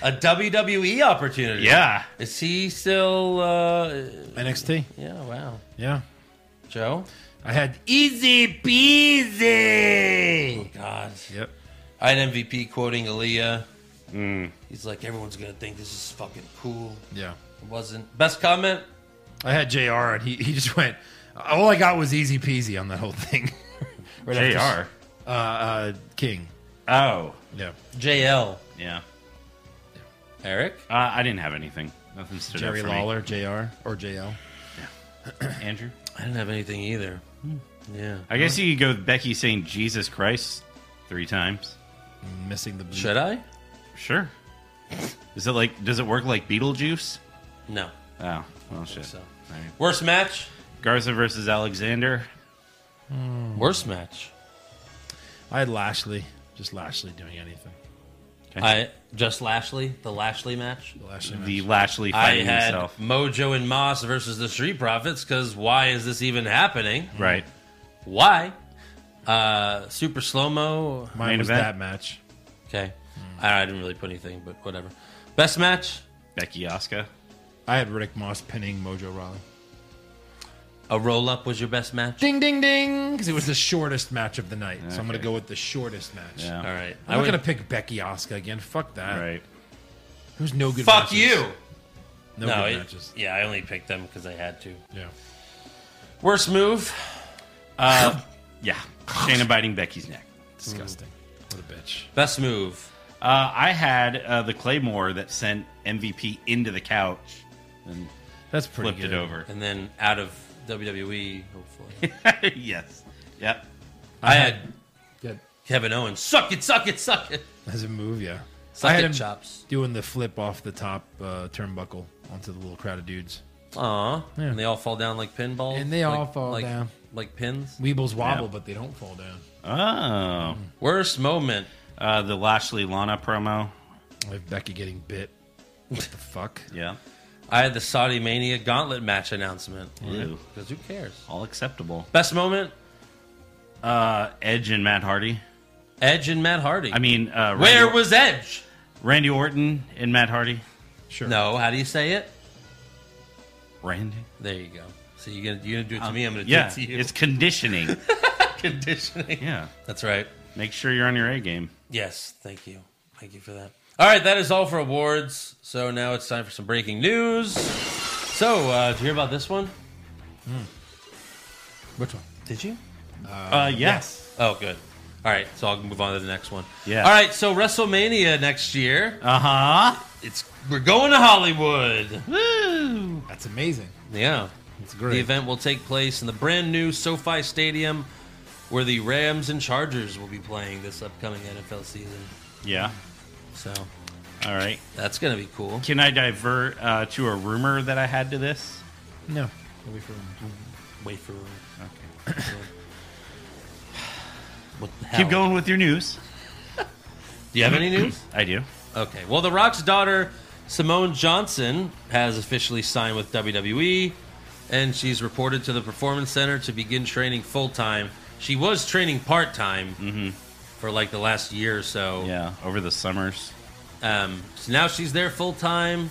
D: A WWE opportunity.
F: yeah.
D: Is he still? Uh,
E: NXT.
D: yeah. Wow.
E: Yeah.
D: Joe.
E: I had E.
A: Easy peasy.
D: Oh, God.
E: Yep.
D: I had MVP quoting Aaliyah.
F: Mm.
D: He's like, everyone's gonna think this is fucking cool.
E: Yeah.
D: It wasn't. Best comment.
E: I had JR and he, he just went all I got was easy peasy on that whole thing. right after-
F: JR.
E: *laughs* uh, uh King.
F: Oh.
E: Yeah.
D: JL.
F: Yeah.
D: Eric.
F: Uh, I didn't have anything. Nothing stood
E: Jerry
F: out for
E: Lawler, JR or JL.
F: me. Andrew?
D: I didn't have anything either.
F: Hmm.
D: Yeah.
F: I guess you could go with Becky saying Jesus Christ three times.
E: Missing the
D: Should I?
F: Sure. Is it like, does it work like Beetlejuice?
D: No.
F: Oh, well, shit.
D: so.
F: All right.
D: Worst match.
F: Garza versus Alexander.
D: Worst match.
E: I had Lashley. Just Lashley doing anything.
D: I just Lashley. The Lashley match.
E: Lashley.
F: The Lashley
D: I
F: fighting
D: had
F: himself.
D: Mojo and Moss versus the Street Profits because why is this even happening?
F: Right.
D: Why? Uh, super slow mo.
E: Mine
F: Main
E: was
F: event.
E: that match.
D: Okay.
E: Hmm.
D: I, I didn't really put anything, but whatever. Best match?
F: Becky Asuka.
E: I had Riddick Moss pinning Mojo Rawley.
D: A roll up was your best match?
E: Ding, ding, ding. Because it was the shortest match of the night. So I'm going to go with the shortest match.
F: Yeah.
D: All right.
E: I'm
D: I
E: not going
D: would-
E: to pick Becky Asuka again. Fuck that.
F: Right.
E: Who's no good
D: Fuck
E: matches.
D: you. No,
E: No, good
D: it-
E: matches.
D: yeah, I only picked them because I had to.
E: Yeah.
D: Worst move?
F: Yeah. *laughs* Shayna biting Becky's neck.
E: Disgusting. What a bitch.
D: Best move.
F: Uh, I had uh, the Claymore that sent MVP into the couch and
E: That's pretty
F: flipped
E: good.
F: it
D: *laughs*
F: over. *laughs*
D: And then out of WWE,
E: *laughs*
D: hopefully.
F: yes. Yep.
D: I had
E: Good.
D: Kevin Owens. Suck it, suck it, suck it.
E: As a move, yeah.
D: Suck
E: I had
D: it,
E: him
D: chops.
E: doing the flip off the top uh, turnbuckle onto the little crowd of dudes.
D: Aw. And they all fall down like pinballs.
E: And they
D: like-
E: all fall
D: like-
E: down.
D: Like pins.
E: Weebles wobble,
F: Yeah.
E: but they don't fall down.
F: Oh.
D: Worst moment.
F: Uh, the Lashley Lana promo.
E: Like Becky getting bit. What the fuck?
F: Yeah.
D: I had the Saudi Mania gauntlet match announcement.
F: Ew.
D: Because who cares?
F: All acceptable.
D: Best moment?
F: Uh, Edge and Matt Hardy.
D: Edge and Matt Hardy.
F: I mean, uh, Randy,
D: where was Edge?
F: Randy Orton and Matt Hardy?
E: Sure.
D: No, how do you say it?
F: Randy?
D: There you go. So you're gonna you're gonna do it to me. I'm gonna
F: Um, yeah,
D: do it to you. *laughs*
F: it's conditioning.
D: conditioning.
F: yeah.
D: That's right.
F: Make sure you're on your A game.
D: Yes, thank you, thank you for that. All right, that is all for awards. So now it's time for some breaking news. So, uh, did you hear about this one?
E: Which one?
D: Did you?
F: Uh, yes.
D: Oh, good. All right, so I'll move on to the next one.
F: Yeah.
D: All right, so WrestleMania next year.
F: Uh huh.
D: It's we're going to Hollywood. *laughs*
F: Woo!
E: That's amazing.
D: Yeah.
E: That's great.
D: The event will take place in the brand new SoFi Stadium, where the Rams and Chargers will be playing this upcoming NFL season.
F: Yeah.
D: So
F: All right.
D: that's gonna be cool.
F: Can I divert uh, to a rumor that I had to this?
E: No. Wait for him.
D: Wait for room.
F: Okay.
D: What the hell?
F: Keep going with your news.
D: Do you have any news?
F: *clears throat* I do.
D: Okay. Well, The Rock's daughter Simone Johnson has officially signed with WWE, and she's reported to the Performance Center to begin training full time. She was training part time for like the last year or so.
F: Yeah. Over the summers.
D: Um, so now she's there full time.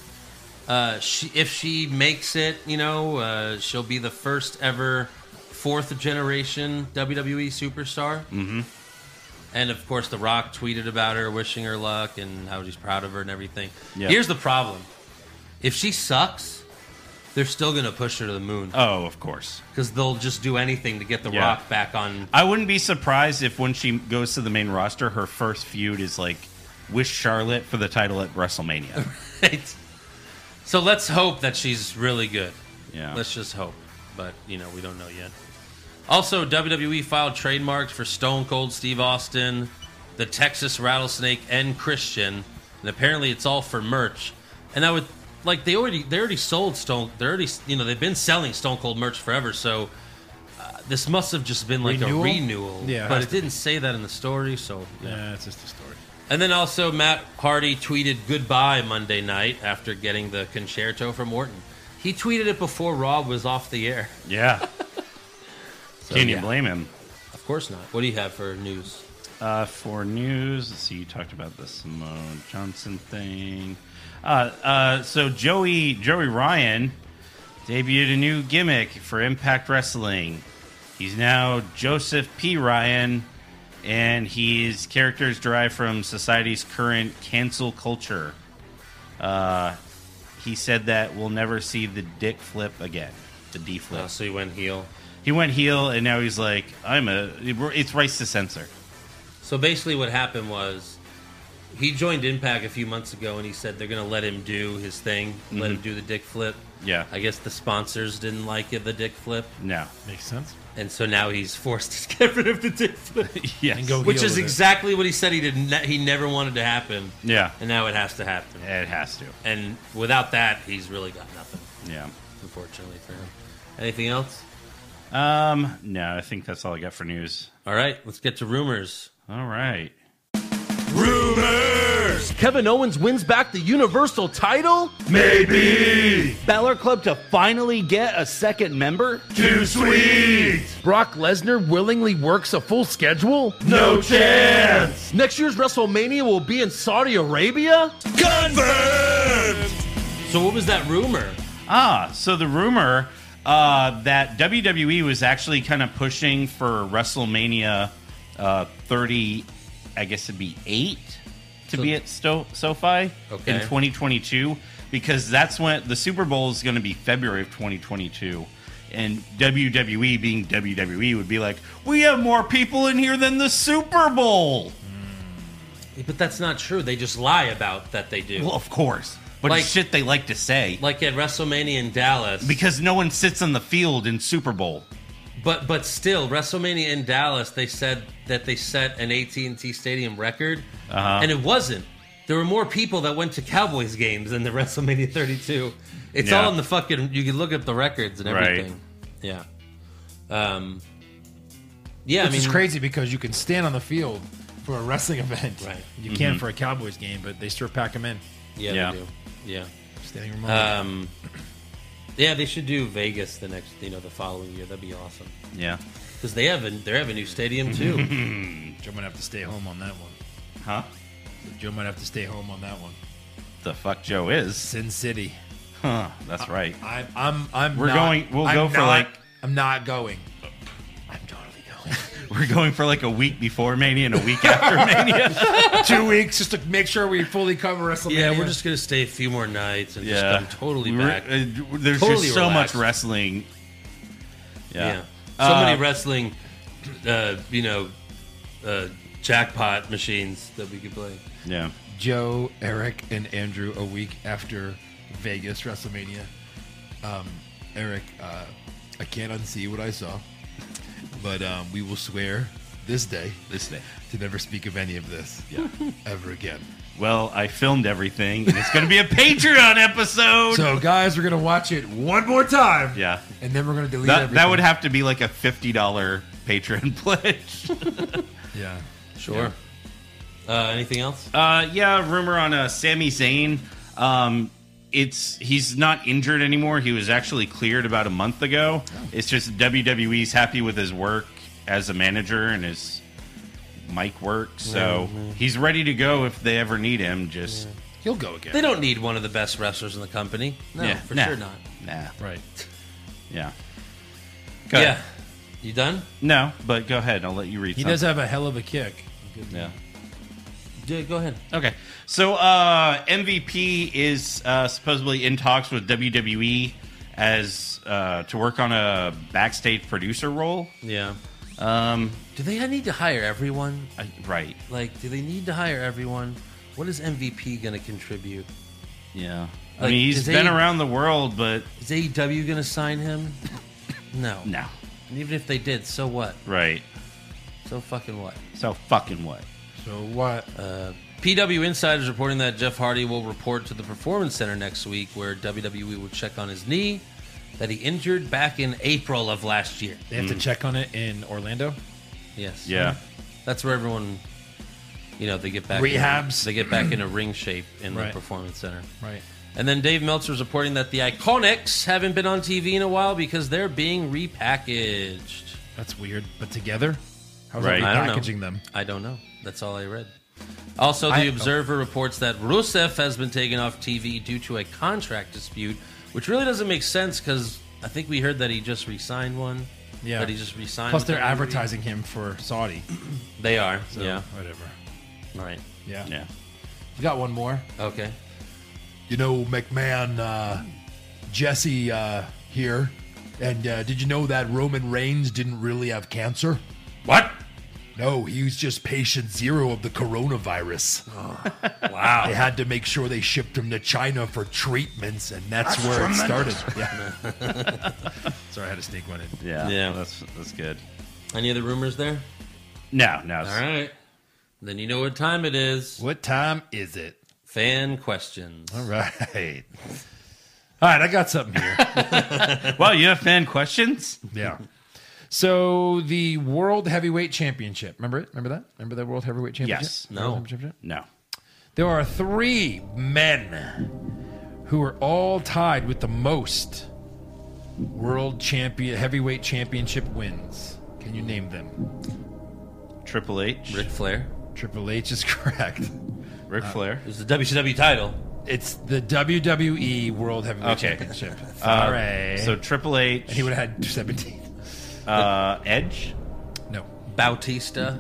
D: Uh, she, if she makes it, you know, uh, she'll be the first ever fourth generation WWE superstar. Mm-hmm. And of course, The Rock tweeted about her, wishing her luck, and how he's proud of her and everything.
F: Yeah.
D: Here's the problem: if she sucks, they're still gonna push her to the moon
F: Oh, of course.
D: because they'll just do anything to get The
F: Yeah.
D: Rock back on.
F: I wouldn't be surprised if when she goes to the main roster, her first feud is like with Charlotte for the title at WrestleMania.
D: so let's hope that she's really good.
F: Yeah.
D: Let's just hope. But, you know, we don't know yet. Also, WWE filed trademarks for Stone Cold Steve Austin, the Texas Rattlesnake, and Christian. And apparently it's all for merch. And I would like they already they already sold Stone they already you know, they've been selling Stone Cold merch forever, so uh, this must have just been like
E: Renewal?
D: a renewal.
E: Yeah, it
D: but
E: has
D: it
E: to be.
D: didn't say that in the story, so
E: Yeah, it's just a story.
D: and then also, Matt Hardy tweeted goodbye Monday night after getting the concerto from Orton. He tweeted it before Rob was off the air.
F: *laughs* yeah. Can you
D: yeah.
F: blame him?
D: Of course not. What do you have for news?
F: Uh, for news, let's see, you talked about the Simone Johnson thing. Uh, uh, so Joey Joey Ryan debuted a new gimmick for Impact Wrestling. He's now Joseph P. Ryan, and his character is derived from society's current cancel culture. Uh, he said that we'll never see the dick flip again, the D flip.
D: Uh, so he went heel.
F: He went heel, and now he's like, I'm a. It's race to censor.
D: So basically, what happened was he joined Impact a few months ago, and he said they're going to let him do his thing, let him do the dick flip.
F: Yeah.
D: I guess the sponsors didn't like it, the dick flip,
F: No.
E: Makes sense.
D: and so now he's *laughs* forced to get rid of the dick *laughs* flip,
F: Yes.
E: And go-
D: which
E: Heel
D: is
E: with it.
D: exactly what he said he did. Ne- he never wanted to happen,
F: Yeah.
D: and now it has to happen.
F: It has to.
D: and without that, he's really got nothing.
F: Yeah.
D: Unfortunately for him. Anything else?
F: Um. No, I think that's all I got for news.
D: All right, let's get to rumors.
F: All right.
A: Rumors!
G: years, Kevin Owens wins back the Universal title?
A: Maybe
H: Balor Club to finally get a second member?
A: too sweet.
E: Brock Lesnar willingly works a full schedule?
A: No chance.
G: Next year's WrestleMania will be in Saudi Arabia?
A: Confirmed.
D: So what was that rumor?
F: Ah, so the rumor uh, that WWE was actually kind of pushing for WrestleMania uh, 30, I guess it'd be eight, to be at Sto- SoFi
D: Okay.
F: in 2022, because that's when the Super Bowl is going to be February of 2022. And WWE, being WWE, would be like, we have more people in here than the Super Bowl.
D: But that's not true. They just lie about that they do.
F: Well, of course. But
D: Like-
F: it's shit they like to say.
D: like at WrestleMania in Dallas.
F: because no one sits on the field in Super Bowl.
D: But but still, WrestleMania in Dallas, they said that they set an AT and T Stadium record,
F: Uh-huh.
D: and it wasn't. There were more people that went to Cowboys games than the *laughs* WrestleMania 32. It's
F: Yeah.
D: all in the fucking. You can look up the records and
F: Right.
D: everything. Yeah. Um. Yeah,
E: Which
D: I mean,
E: is crazy because you can stand on the field for a wrestling *laughs* event.
D: Right.
E: You can for a Cowboys game, but they still pack them in.
D: Yeah,
F: Yeah.
D: they do. Yeah.
E: Standing room only.
D: Um. Yeah, they should do Vegas the next, you know, the following year. That'd be awesome
F: Yeah.
D: because they have a they have a new stadium
F: *laughs*
D: too.
E: Joe might have to stay home on that one.
F: Huh?
E: Joe might have to stay home on that one.
F: The fuck Joe is.
E: Sin City.
F: Huh. That's right.
E: I'm. I'm. I'm.
F: We're
E: not-
F: going- we'll
E: I'm
F: go for,
E: not-
F: like-
E: I'm not going. I'm totally going.
F: *laughs* We're going for like a week before Mania and a week after Mania.
E: Two weeks just to make sure we fully cover WrestleMania.
D: yeah, we're just gonna stay a few more nights and just come totally
F: We were-
D: back.
F: uh, there's
D: Totally
F: just so
D: relaxed.
F: much wrestling.
D: Yeah.
F: Yeah.
D: So
F: Uh,
D: many wrestling, uh, you know, uh, jackpot machines that we could play.
F: Yeah.
E: Joe, Eric, and Andrew a week after Vegas WrestleMania. Um, Eric, uh, I can't unsee what I saw, but um, we will swear this day
F: This day.
E: to never speak of any of this
F: Yeah.
E: ever again.
F: well, I filmed everything, and it's going to be a Patreon episode.
E: So, guys, we're gonna watch it one more time,
F: Oh, yeah.
E: and then we're gonna delete
F: That,
E: everything.
F: that would have to be like a fifty dollar Patreon *laughs* pledge.
E: yeah.
D: Sure. Uh, anything else?
F: Uh, yeah, rumor on uh, Sami Zayn. Um, it's he's not injured anymore. He was actually cleared about a month ago. It's just WWE's happy with his work as a manager and his mic work, so he's ready to go if they ever need him. Just
E: He'll go again.
D: They don't need one of the best wrestlers in the company. No,
F: yeah,
D: for
F: nah,
D: sure not.
F: Nah,
E: Right.
F: yeah. Go
D: Yeah.
F: ahead.
D: You done?
F: No, but go ahead. I'll let you read.
E: He does have a hell of a kick.
F: something. Yeah.
D: Yeah, go ahead.
F: Okay. So uh, MVP is uh, supposedly in talks with WWE as uh, to work on a backstage producer role.
D: Yeah.
F: Um,
D: Do they need to hire everyone?
F: I, right.
D: Like, do they need to hire everyone? What is MVP going to contribute?
F: Yeah. I
D: Like,
F: mean,
D: is
F: he's
D: they-
F: been around the world, but
D: Is AEW going to sign him? *coughs* No.
F: no.
D: And even if they did, so what?
F: Right.
D: So fucking what?
F: So fucking what?
E: So what?
D: PW Insiders reporting that Jeff Hardy will report to the Performance Center next week, where WWE will check on his knee that he injured back in April of last year.
E: They have to check on it in Orlando.
D: Yes.
F: Yeah.
D: That's where everyone, you know, they get back
E: Rehabs.
D: In, they get back into ring shape in
E: Right.
D: the Performance Center.
E: Right.
D: And then Dave Meltzer is reporting that the Iconics haven't been on TV in a while because they're being repackaged.
E: That's weird. But together, how's
F: Right.
E: that
D: I don't know.
E: packaging them?
D: I don't know. That's all I read. Also, the
E: I-
D: Observer reports that Rusev has been taken off TV due to a contract dispute, which really doesn't make sense because I think we heard that he just re-signed one.
E: Yeah.
D: that he just re-signed.
E: Plus,
D: with
E: they're
D: WWE.
E: advertising him for Saudi.
D: They are.
E: So
D: Yeah.
E: whatever.
D: Right.
E: Yeah.
F: Yeah.
E: You got one more.
D: Okay.
E: You know, McMahon, uh, Jesse uh, here. And uh, did you know that Roman Reigns didn't really have cancer?
F: What?
E: No, he was just patient zero of the *laughs* coronavirus. They
D: Wow.
E: had to make sure they shipped him to China for treatments, and that's, where it started. Yeah. *laughs* Sorry, I had to sneak one in.
F: Yeah.
D: Yeah.
F: That's that's good.
D: Any other rumors there?
F: No. No.
D: All right. Then you know what time it is.
E: What time is it?
D: Fan questions.
E: All right. All right, I got something here. *laughs*
F: Well, you have fan questions.
E: Yeah. So the World Heavyweight Championship. Remember it? Remember that? Remember that World Heavyweight Championship?
F: Yes.
D: No.
E: World Heavyweight Championship?
F: No.
E: There are three men who are all tied with the most world champion heavyweight championship wins. Can you name them?
F: Triple H,
D: Ric Flair.
E: Triple H is *laughs* correct.
F: Ric Flair.
D: It was the WCW title.
E: It's the WWE World Heavyweight
F: Okay.
E: Championship.
F: Uh,
E: All right.
F: So Triple H,
E: and he would have had 17.
F: uh, Edge,
E: *laughs* No.
D: Bautista.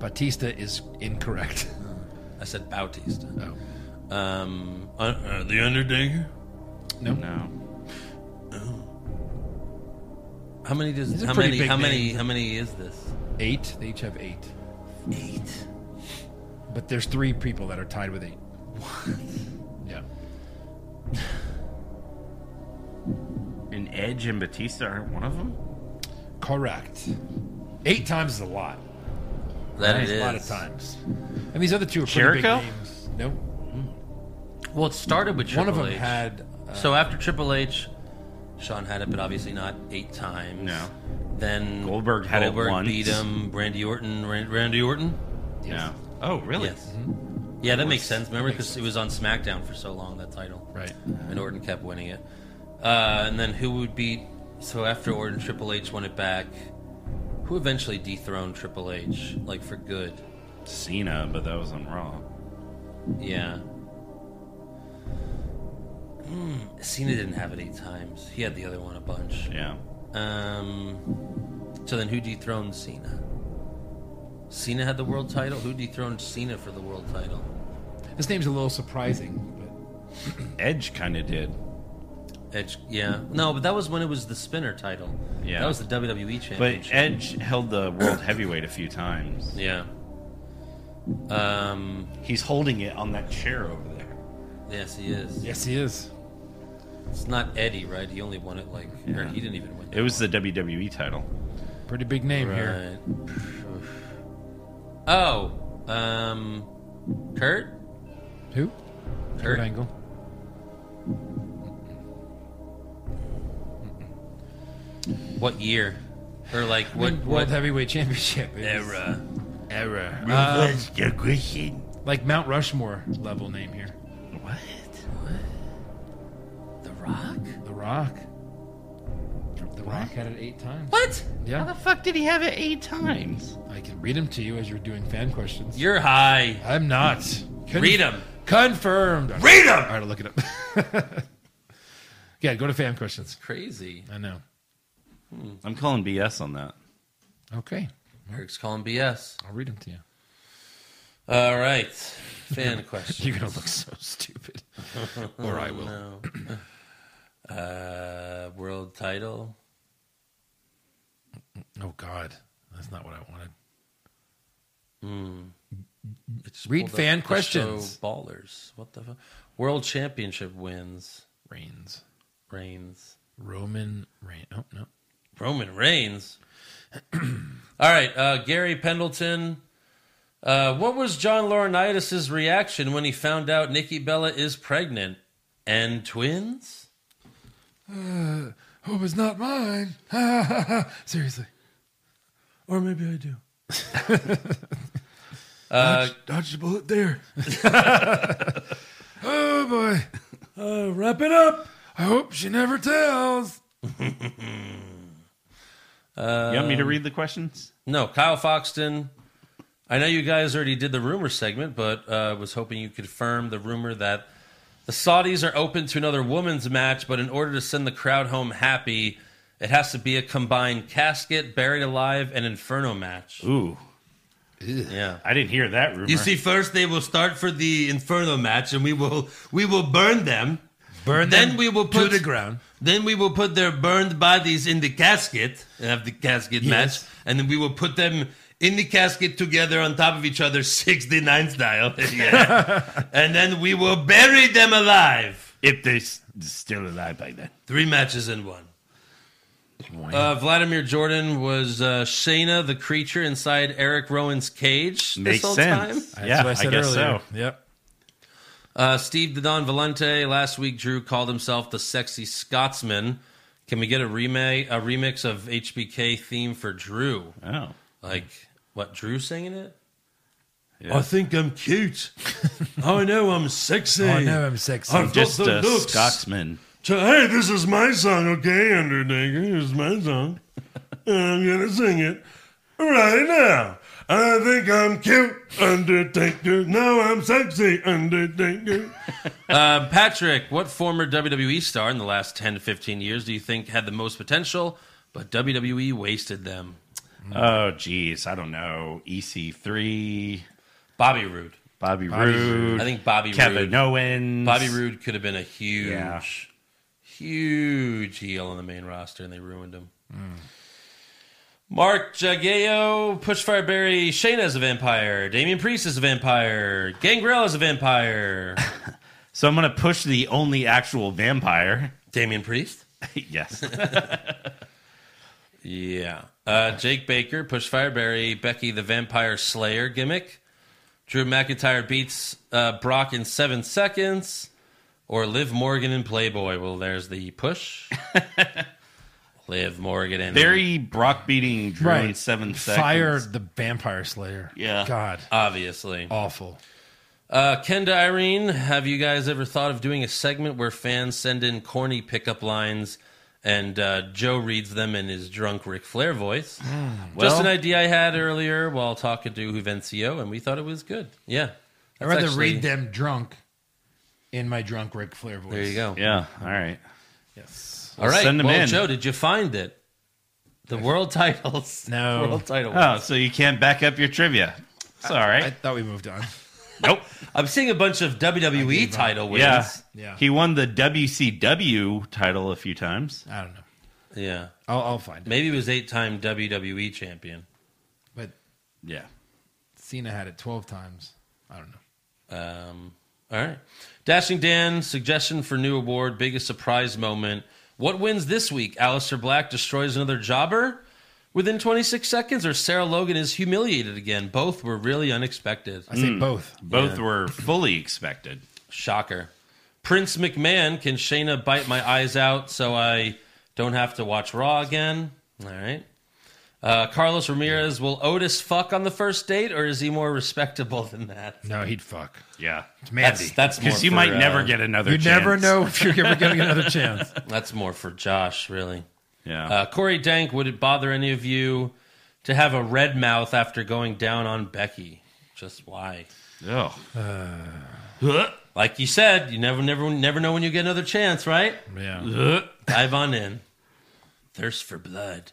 E: Batista is incorrect.
F: *laughs*
D: I said Bautista.
E: No.
D: Um, uh, uh, the Undertaker.
F: no,
D: How many does?
E: These are
D: How
E: pretty
D: many?
E: big
D: How many?
E: names.
D: How many is this?
E: Eight. They each have eight.
D: Eight.
E: But there's three people that are tied with eight. What? Yeah.
F: and Edge and Batista aren't one of them.
E: Correct. Eight times is a lot.
D: That it
E: That's
D: is.
E: a lot of times. And these other two are pretty
F: Jericho?
E: big names. No.
D: Well, it started with Triple
E: One of them
D: H.
E: had. Uh,
D: so after Triple H, Sean had it, but obviously not eight times.
F: No.
D: Then
F: Goldberg had it
D: Goldberg
F: once.
D: beat him. Randy Orton. Ran- Randy Orton.
F: No. Oh, really?
D: Yes.
E: Mm-hmm.
D: Yeah, that makes sense. Remember, because it was on SmackDown for so long that title,
E: right.
D: and Orton kept winning it. Uh, and then who would beat? So after Orton, Triple H won it back. Who eventually dethroned Triple H, like for good?
F: Cena, but that was on Raw.
D: Yeah. Hmm, Cena didn't have it eight times. He had the other one a bunch.
F: Yeah.
D: Um, so then who dethroned Cena? Cena had the world title. Who dethroned Cena for the world title?
E: This name's a little surprising.
F: Edge kind of did.
D: Edge, yeah. No, but that was when it was the spinner title.
F: Yeah.
D: That was the WWE
F: But
D: championship.
F: Edge held the world heavyweight a few times.
D: yeah. Um,
F: He's holding it on that chair over there.
D: yes, he is.
E: But yes, he is.
D: It's not Eddie, right? He only won it like, or he didn't even win
F: It was the WWE title.
E: Pretty big name here.
D: Right. Oh, um, Kurt?
E: Who?
D: Er,
E: Kurt Angle.
D: What year? Or like what? Er,
E: What, World
D: what
E: Heavyweight Championship. It was-
D: era?
E: Era.
F: Uh,
E: Um, like Mount Rushmore level name here.
F: What?
D: The Rock?
E: The Rock. The Rock had it eight times.
D: What?
E: Yeah.
F: How the fuck did he have it eight times?
E: I can read them to you as you're doing fan questions.
D: You're high.
E: I'm not. Con-
D: Read 'em.
E: Confirmed. Read them. All right, I'll look it up. *laughs* yeah, go to fan questions.
D: Crazy.
E: I know.
F: I'm calling BS on that.
E: Okay,
D: Eric's calling BS.
E: I'll read them to you. *laughs*
D: All right. Fan question.
E: You're *laughs* gonna look so stupid, or I will.
D: *laughs* No. Uh, world title.
E: Oh God, that's not what I wanted.
D: It's
E: Read
D: pulled up
E: fan
D: the show
E: questions.
D: Ballers. What the fuck? World championship wins.
E: Reigns,
D: Reigns.
E: Roman Reign. Oh no,
D: Roman Reigns. *clears throat* All right, uh, Gary Pendleton. Uh, what was John Laurinaitis' reaction when he found out Nikki Bella is pregnant and twins?
E: hope Oh, it's not mine. *laughs* Seriously, or maybe I do. *laughs*
D: Uh,
E: Dodge the bullet *laughs* there. oh boy. Uh, wrap it up. I hope she never tells.
F: you want me to read the questions?
D: no, Kyle Foxton. I know you guys already did the rumor segment, but uh, was hoping you could confirm the rumor that the Saudis are open to another women's match, but in order to send the crowd home happy, it has to be a combined casket, buried alive, and inferno match.
F: Ooh,
D: Yeah.
F: I didn't hear that rumor.
D: You see, first they will start for the Inferno match, and we will we will burn them.
E: Burn
D: Then
E: them
D: we will
E: to
D: put-
E: the ground.
D: Then we will put their burned bodies in the casket and have the casket
E: Yes.
D: match, and then we will put them in the casket together on top of each other, *laughs* sixty nine style. *laughs*
F: *laughs*
D: Yeah. and then we will bury them alive.
F: if they're s- still alive by then.
D: Three matches in one. Uh, Vladimir Jordan was uh, Shayna the creature inside Eric Rowan's cage this
F: Makes
D: whole time.
F: sense. yeah, I, guess so.
E: Yep.
D: Uh, Steve the Don Valente last week. Drew called himself the sexy Scotsman. Can we get a remake, a remix of HBK theme for Drew?
F: Oh,
D: Like what? Drew singing it?
A: I think I'm
D: *laughs*
A: cute. I know I'm sexy.
E: Oh, I know I'm sexy.
A: I've got
F: Just
A: the
F: a
A: looks.
F: Scotsman.
A: to, hey, this is my song, okay, Undertaker? Here's my
D: *laughs*
A: song. And I'm gonna sing it right now. I think I'm cute, Undertaker. Now I'm sexy, Undertaker.
D: *laughs* Um, Patrick, what former WWE star in the last 10 to 15 years do you think had the most potential, but WWE wasted them?
F: Oh, geez, I don't know. EC3,
D: Bobby Roode.
F: Bobby, Roode,
D: I think Bobby
F: Kevin
D: Roode.
F: Owens,
D: Bobby Roode could have been a huge,
F: Yeah.
D: huge heel on the main roster, and they ruined him. Mark Jageo, Pushfire Barry, Shayna is a vampire, Damian Priest is a vampire, Gangrel is a vampire,
F: So I'm gonna push the only actual vampire. *laughs*
D: Damian Priest. *laughs*
F: yes.
D: Yeah. Uh, Jake Baker, Push Fireberry, Becky the Vampire Slayer gimmick. Drew McIntyre beats uh, Brock in seven seconds. Or Liv Morgan in Playboy. Well, there's the push. Liv Morgan and
F: Barry Brock beating Drew in
E: Right.
F: seven seconds.
E: Fire the Vampire Slayer.
F: Yeah.
E: God.
D: obviously.
E: Awful.
D: Uh, Kenda Irene, have you guys ever thought of doing a segment where fans send in corny pickup lines and uh, Joe reads them in his drunk Ric Flair voice?
F: Hmm,
D: Just an idea I had earlier while talking to Juvencio, and we thought it was good. Yeah.
E: I'd rather
D: That's actually-
E: read them drunk in my drunk Ric Flair voice.
D: There you go.
F: Yeah. All right.
E: Yes.
D: All right.
F: send 'em
D: well,
F: in.
D: Joe, did you find it? The world titles.
E: No.
D: *laughs* World title.
F: Oh, so you can't back up your trivia. It's all right.
E: I thought we moved on. *laughs*
F: nope.
D: I'm seeing a bunch of WWE title wins.
F: Yeah.
E: Yeah.
F: He won the WCW title a few times.
E: I don't know.
D: Yeah.
E: I'll, I'll find it.
D: Maybe he was eight time WWE E champion.
E: But
F: Yeah.
E: Cena had it 12 times. I don't know.
D: Um, all right. Dashing Dan, suggestion for new award, biggest surprise moment. What wins this week? Alistair Black destroys another jobber within 26 seconds, or Sarah Logan is humiliated again? Both were really unexpected.
E: I say both.
F: Both were fully expected.
D: Shocker. Prince McMahon, can Shayna bite my eyes out so I don't have to watch Raw again? All right. Uh, Carlos Ramirez, will Otis fuck on the first date, or is he more respectable than that?
E: No, he'd fuck.
F: Yeah.
E: It's
D: That's
E: Mandy.
D: that's more
F: Because you
D: for,
F: might never
D: uh,
F: get another
E: you
F: chance.
E: never know if you're ever going to get another
F: *laughs*
E: chance.
D: that's more for Josh, really.
F: Yeah.
D: Uh, Corey Dank, would it bother any of you to have a red mouth after going down on Becky? Just why?
F: Ugh.
D: Like you said, you never, never, never know when you get another chance, right?
E: Yeah.
D: Dive on in. Thirst for blood.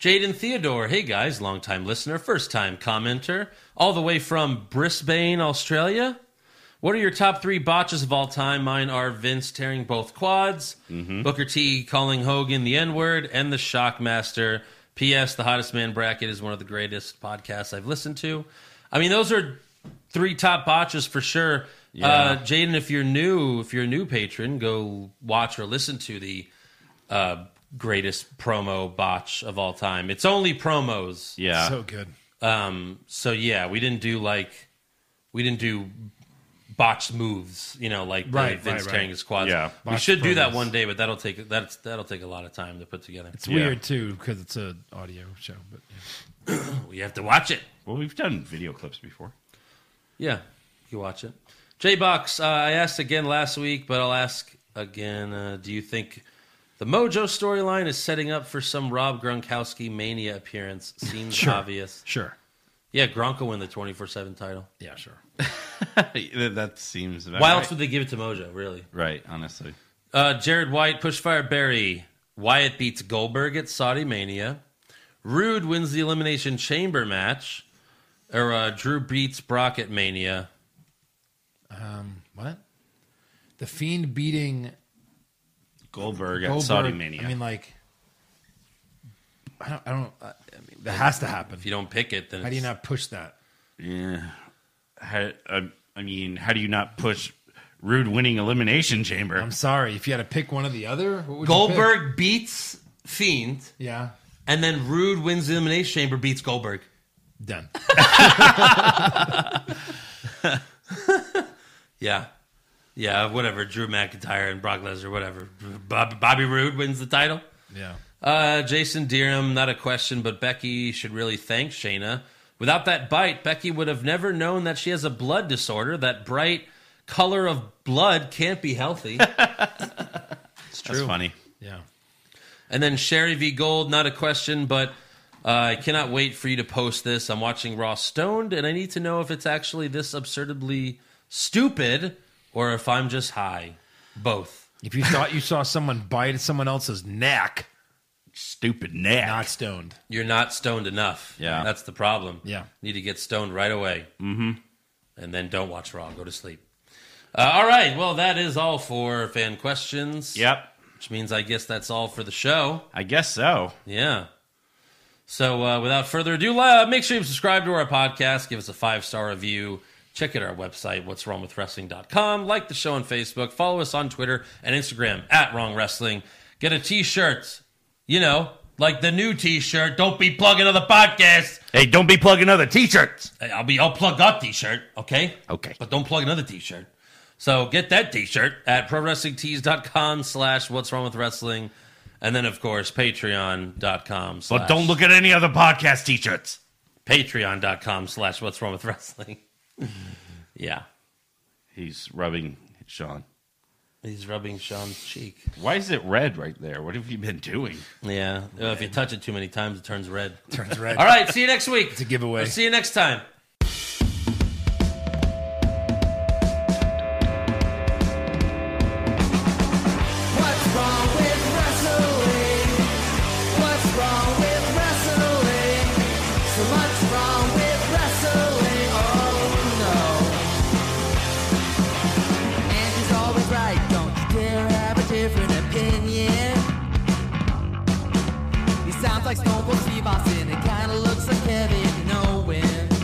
D: Jaden Theodore, hey guys, longtime listener, first time commenter, all the way from Brisbane, Australia. What are your top three botches of all time? Mine are Vince tearing both quads, Booker T calling Hogan the N word, and the Shockmaster. P.S. The Hottest Man Bracket is one of the greatest podcasts I've listened to. I mean, those are three top botches for sure. Uh, Jaden, if you're new, if you're a new patron, go watch or listen to the uh, greatest promo botch of all time. It's only promos.
F: Yeah.
E: So good.
D: Um, so yeah, we didn't do like we didn't do botched moves, you know, like the
E: Right,
D: Vince
E: right, right.
D: tearing his quads.
F: Yeah.
D: we
E: Botched
D: should do that
E: promos.
D: one day, but that'll take that's that'll take a lot of time to put together.
E: It's
F: Yeah.
E: weird, too, because it's an audio show. But
D: We have to watch it.
F: well, we've done video clips before.
D: *laughs* Yeah, you watch it. J Box, uh, I asked again last week, but I'll ask again. Uh, do you think the Mojo storyline is setting up for some Rob Gronkowski mania appearance?
F: *laughs*
D: Seems obvious.
E: Sure.
D: Yeah, Gronk will win the twenty four seven title.
E: Yeah, sure.
F: that seems about
D: Why
F: right.
D: else would they give it to Mojo? Really?
F: right, honestly.
D: Uh, Jared White, Pushfire Barry. Wyatt beats Goldberg at Saudi Mania. Rude wins the Elimination Chamber match. Or uh, Drew beats Brock at Mania.
E: What? The Fiend beating
F: Goldberg,
E: Goldberg.
F: at Saudi Mania.
E: I mean, like, I don't. I don't I I mean, that has to happen.
D: If you don't pick it, then
E: How do you
D: it's-
E: not push that?
F: Yeah. How, I, I mean, how do you not push Rude winning Elimination Chamber?
E: I'm sorry. If you had to pick one or the other, what would you pick?
D: Goldberg beats Fiend,
E: Yeah,
D: and then Rude wins the Elimination Chamber, beats Goldberg.
F: *laughs*
E: done.
D: Yeah. Yeah, whatever. Drew McIntyre and Brock Lesnar, whatever. Bob, Bobby Rude wins the title.
E: Yeah,
D: Uh, Jason Deerham, not a question, but Becky should really thank Shayna Without that bite, Becky would have never known that she has a blood disorder. That bright color of blood can't be healthy.
F: It's true. That's funny.
E: Yeah.
D: And then Sherry V. Gold, not a question, but uh, I cannot wait for you to post this. I'm watching Raw Stoned, and I need to know if it's actually this absurdly stupid or if I'm just high. Both.
E: If you thought you saw someone bite someone else's neck,
F: Stupid neck.
E: not stoned.
D: You're not stoned enough.
F: Yeah.
D: That's the problem.
E: Yeah.
D: Need to get stoned right away. Mm-hmm. And then don't watch Raw. Go to sleep. Uh, all right. Well, that is all for fan questions.
F: yep.
D: Which means I guess that's all for the show.
F: I guess so.
D: Yeah. So uh, without further ado, uh, make sure you subscribe to our podcast, give us a five star review, check out our website, what's wrong with wrestling.com, like the show on Facebook, follow us on Twitter and Instagram at Wrong Wrestling, get a t shirt, you know, like the new t shirt. Don't be plugging other podcasts.
H: Hey, don't be plugging other t-shirts.
D: Hey, I'll be I'll plug that t-shirt, okay?
H: Okay.
D: But don't plug another t-shirt. So get that t-shirt at prowrestlingtees.com slash what's wrong with wrestling. And then of course patreon.com slash
H: But don't look at any other podcast t-shirts.
D: patreon.com slash what's wrong with wrestling. *laughs* yeah.
F: He's rubbing Sean.
D: He's rubbing Sean's cheek.
F: Why is it red right there? What have you been doing?
D: Yeah. Well, if you touch it too many times, it turns red.
E: Turns red.
D: All right, see you next week. It's
E: a giveaway.
D: see you next time.
I: What's wrong with wrestling? What's wrong with wrestling? So much wrong with wrestling. Oh no. And she's always right. Don't you dare have a different opinion. He sounds like Stone Cold Steve Austin. It kinda looks like Kevin Owens.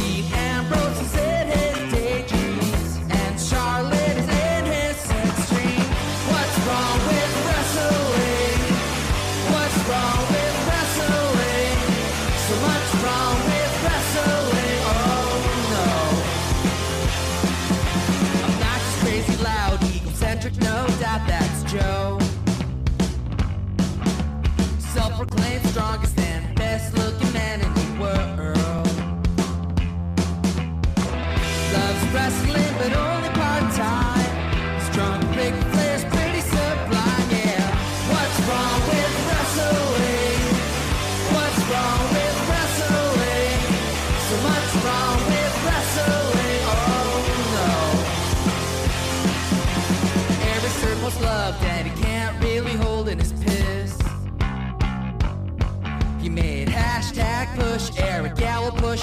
I: Dean Ambrose is in his daydreams, and Charlotte is in his sex dream. What's wrong with wrestling? What's wrong with wrestling? So much wrong with wrestling. Oh no. Obnoxious, crazy, loud, egocentric, no doubt that's Joe. Self proclaimed strongest and best looking man in the world. Loves wrestling, but only part time. Strong big players, pretty sublime, yeah. What's wrong with wrestling? What's wrong with wrestling? So much wrong with wrestling, oh no. Every circle's love that he can't really hold in his piss. He made hashtag push Eric Gallo push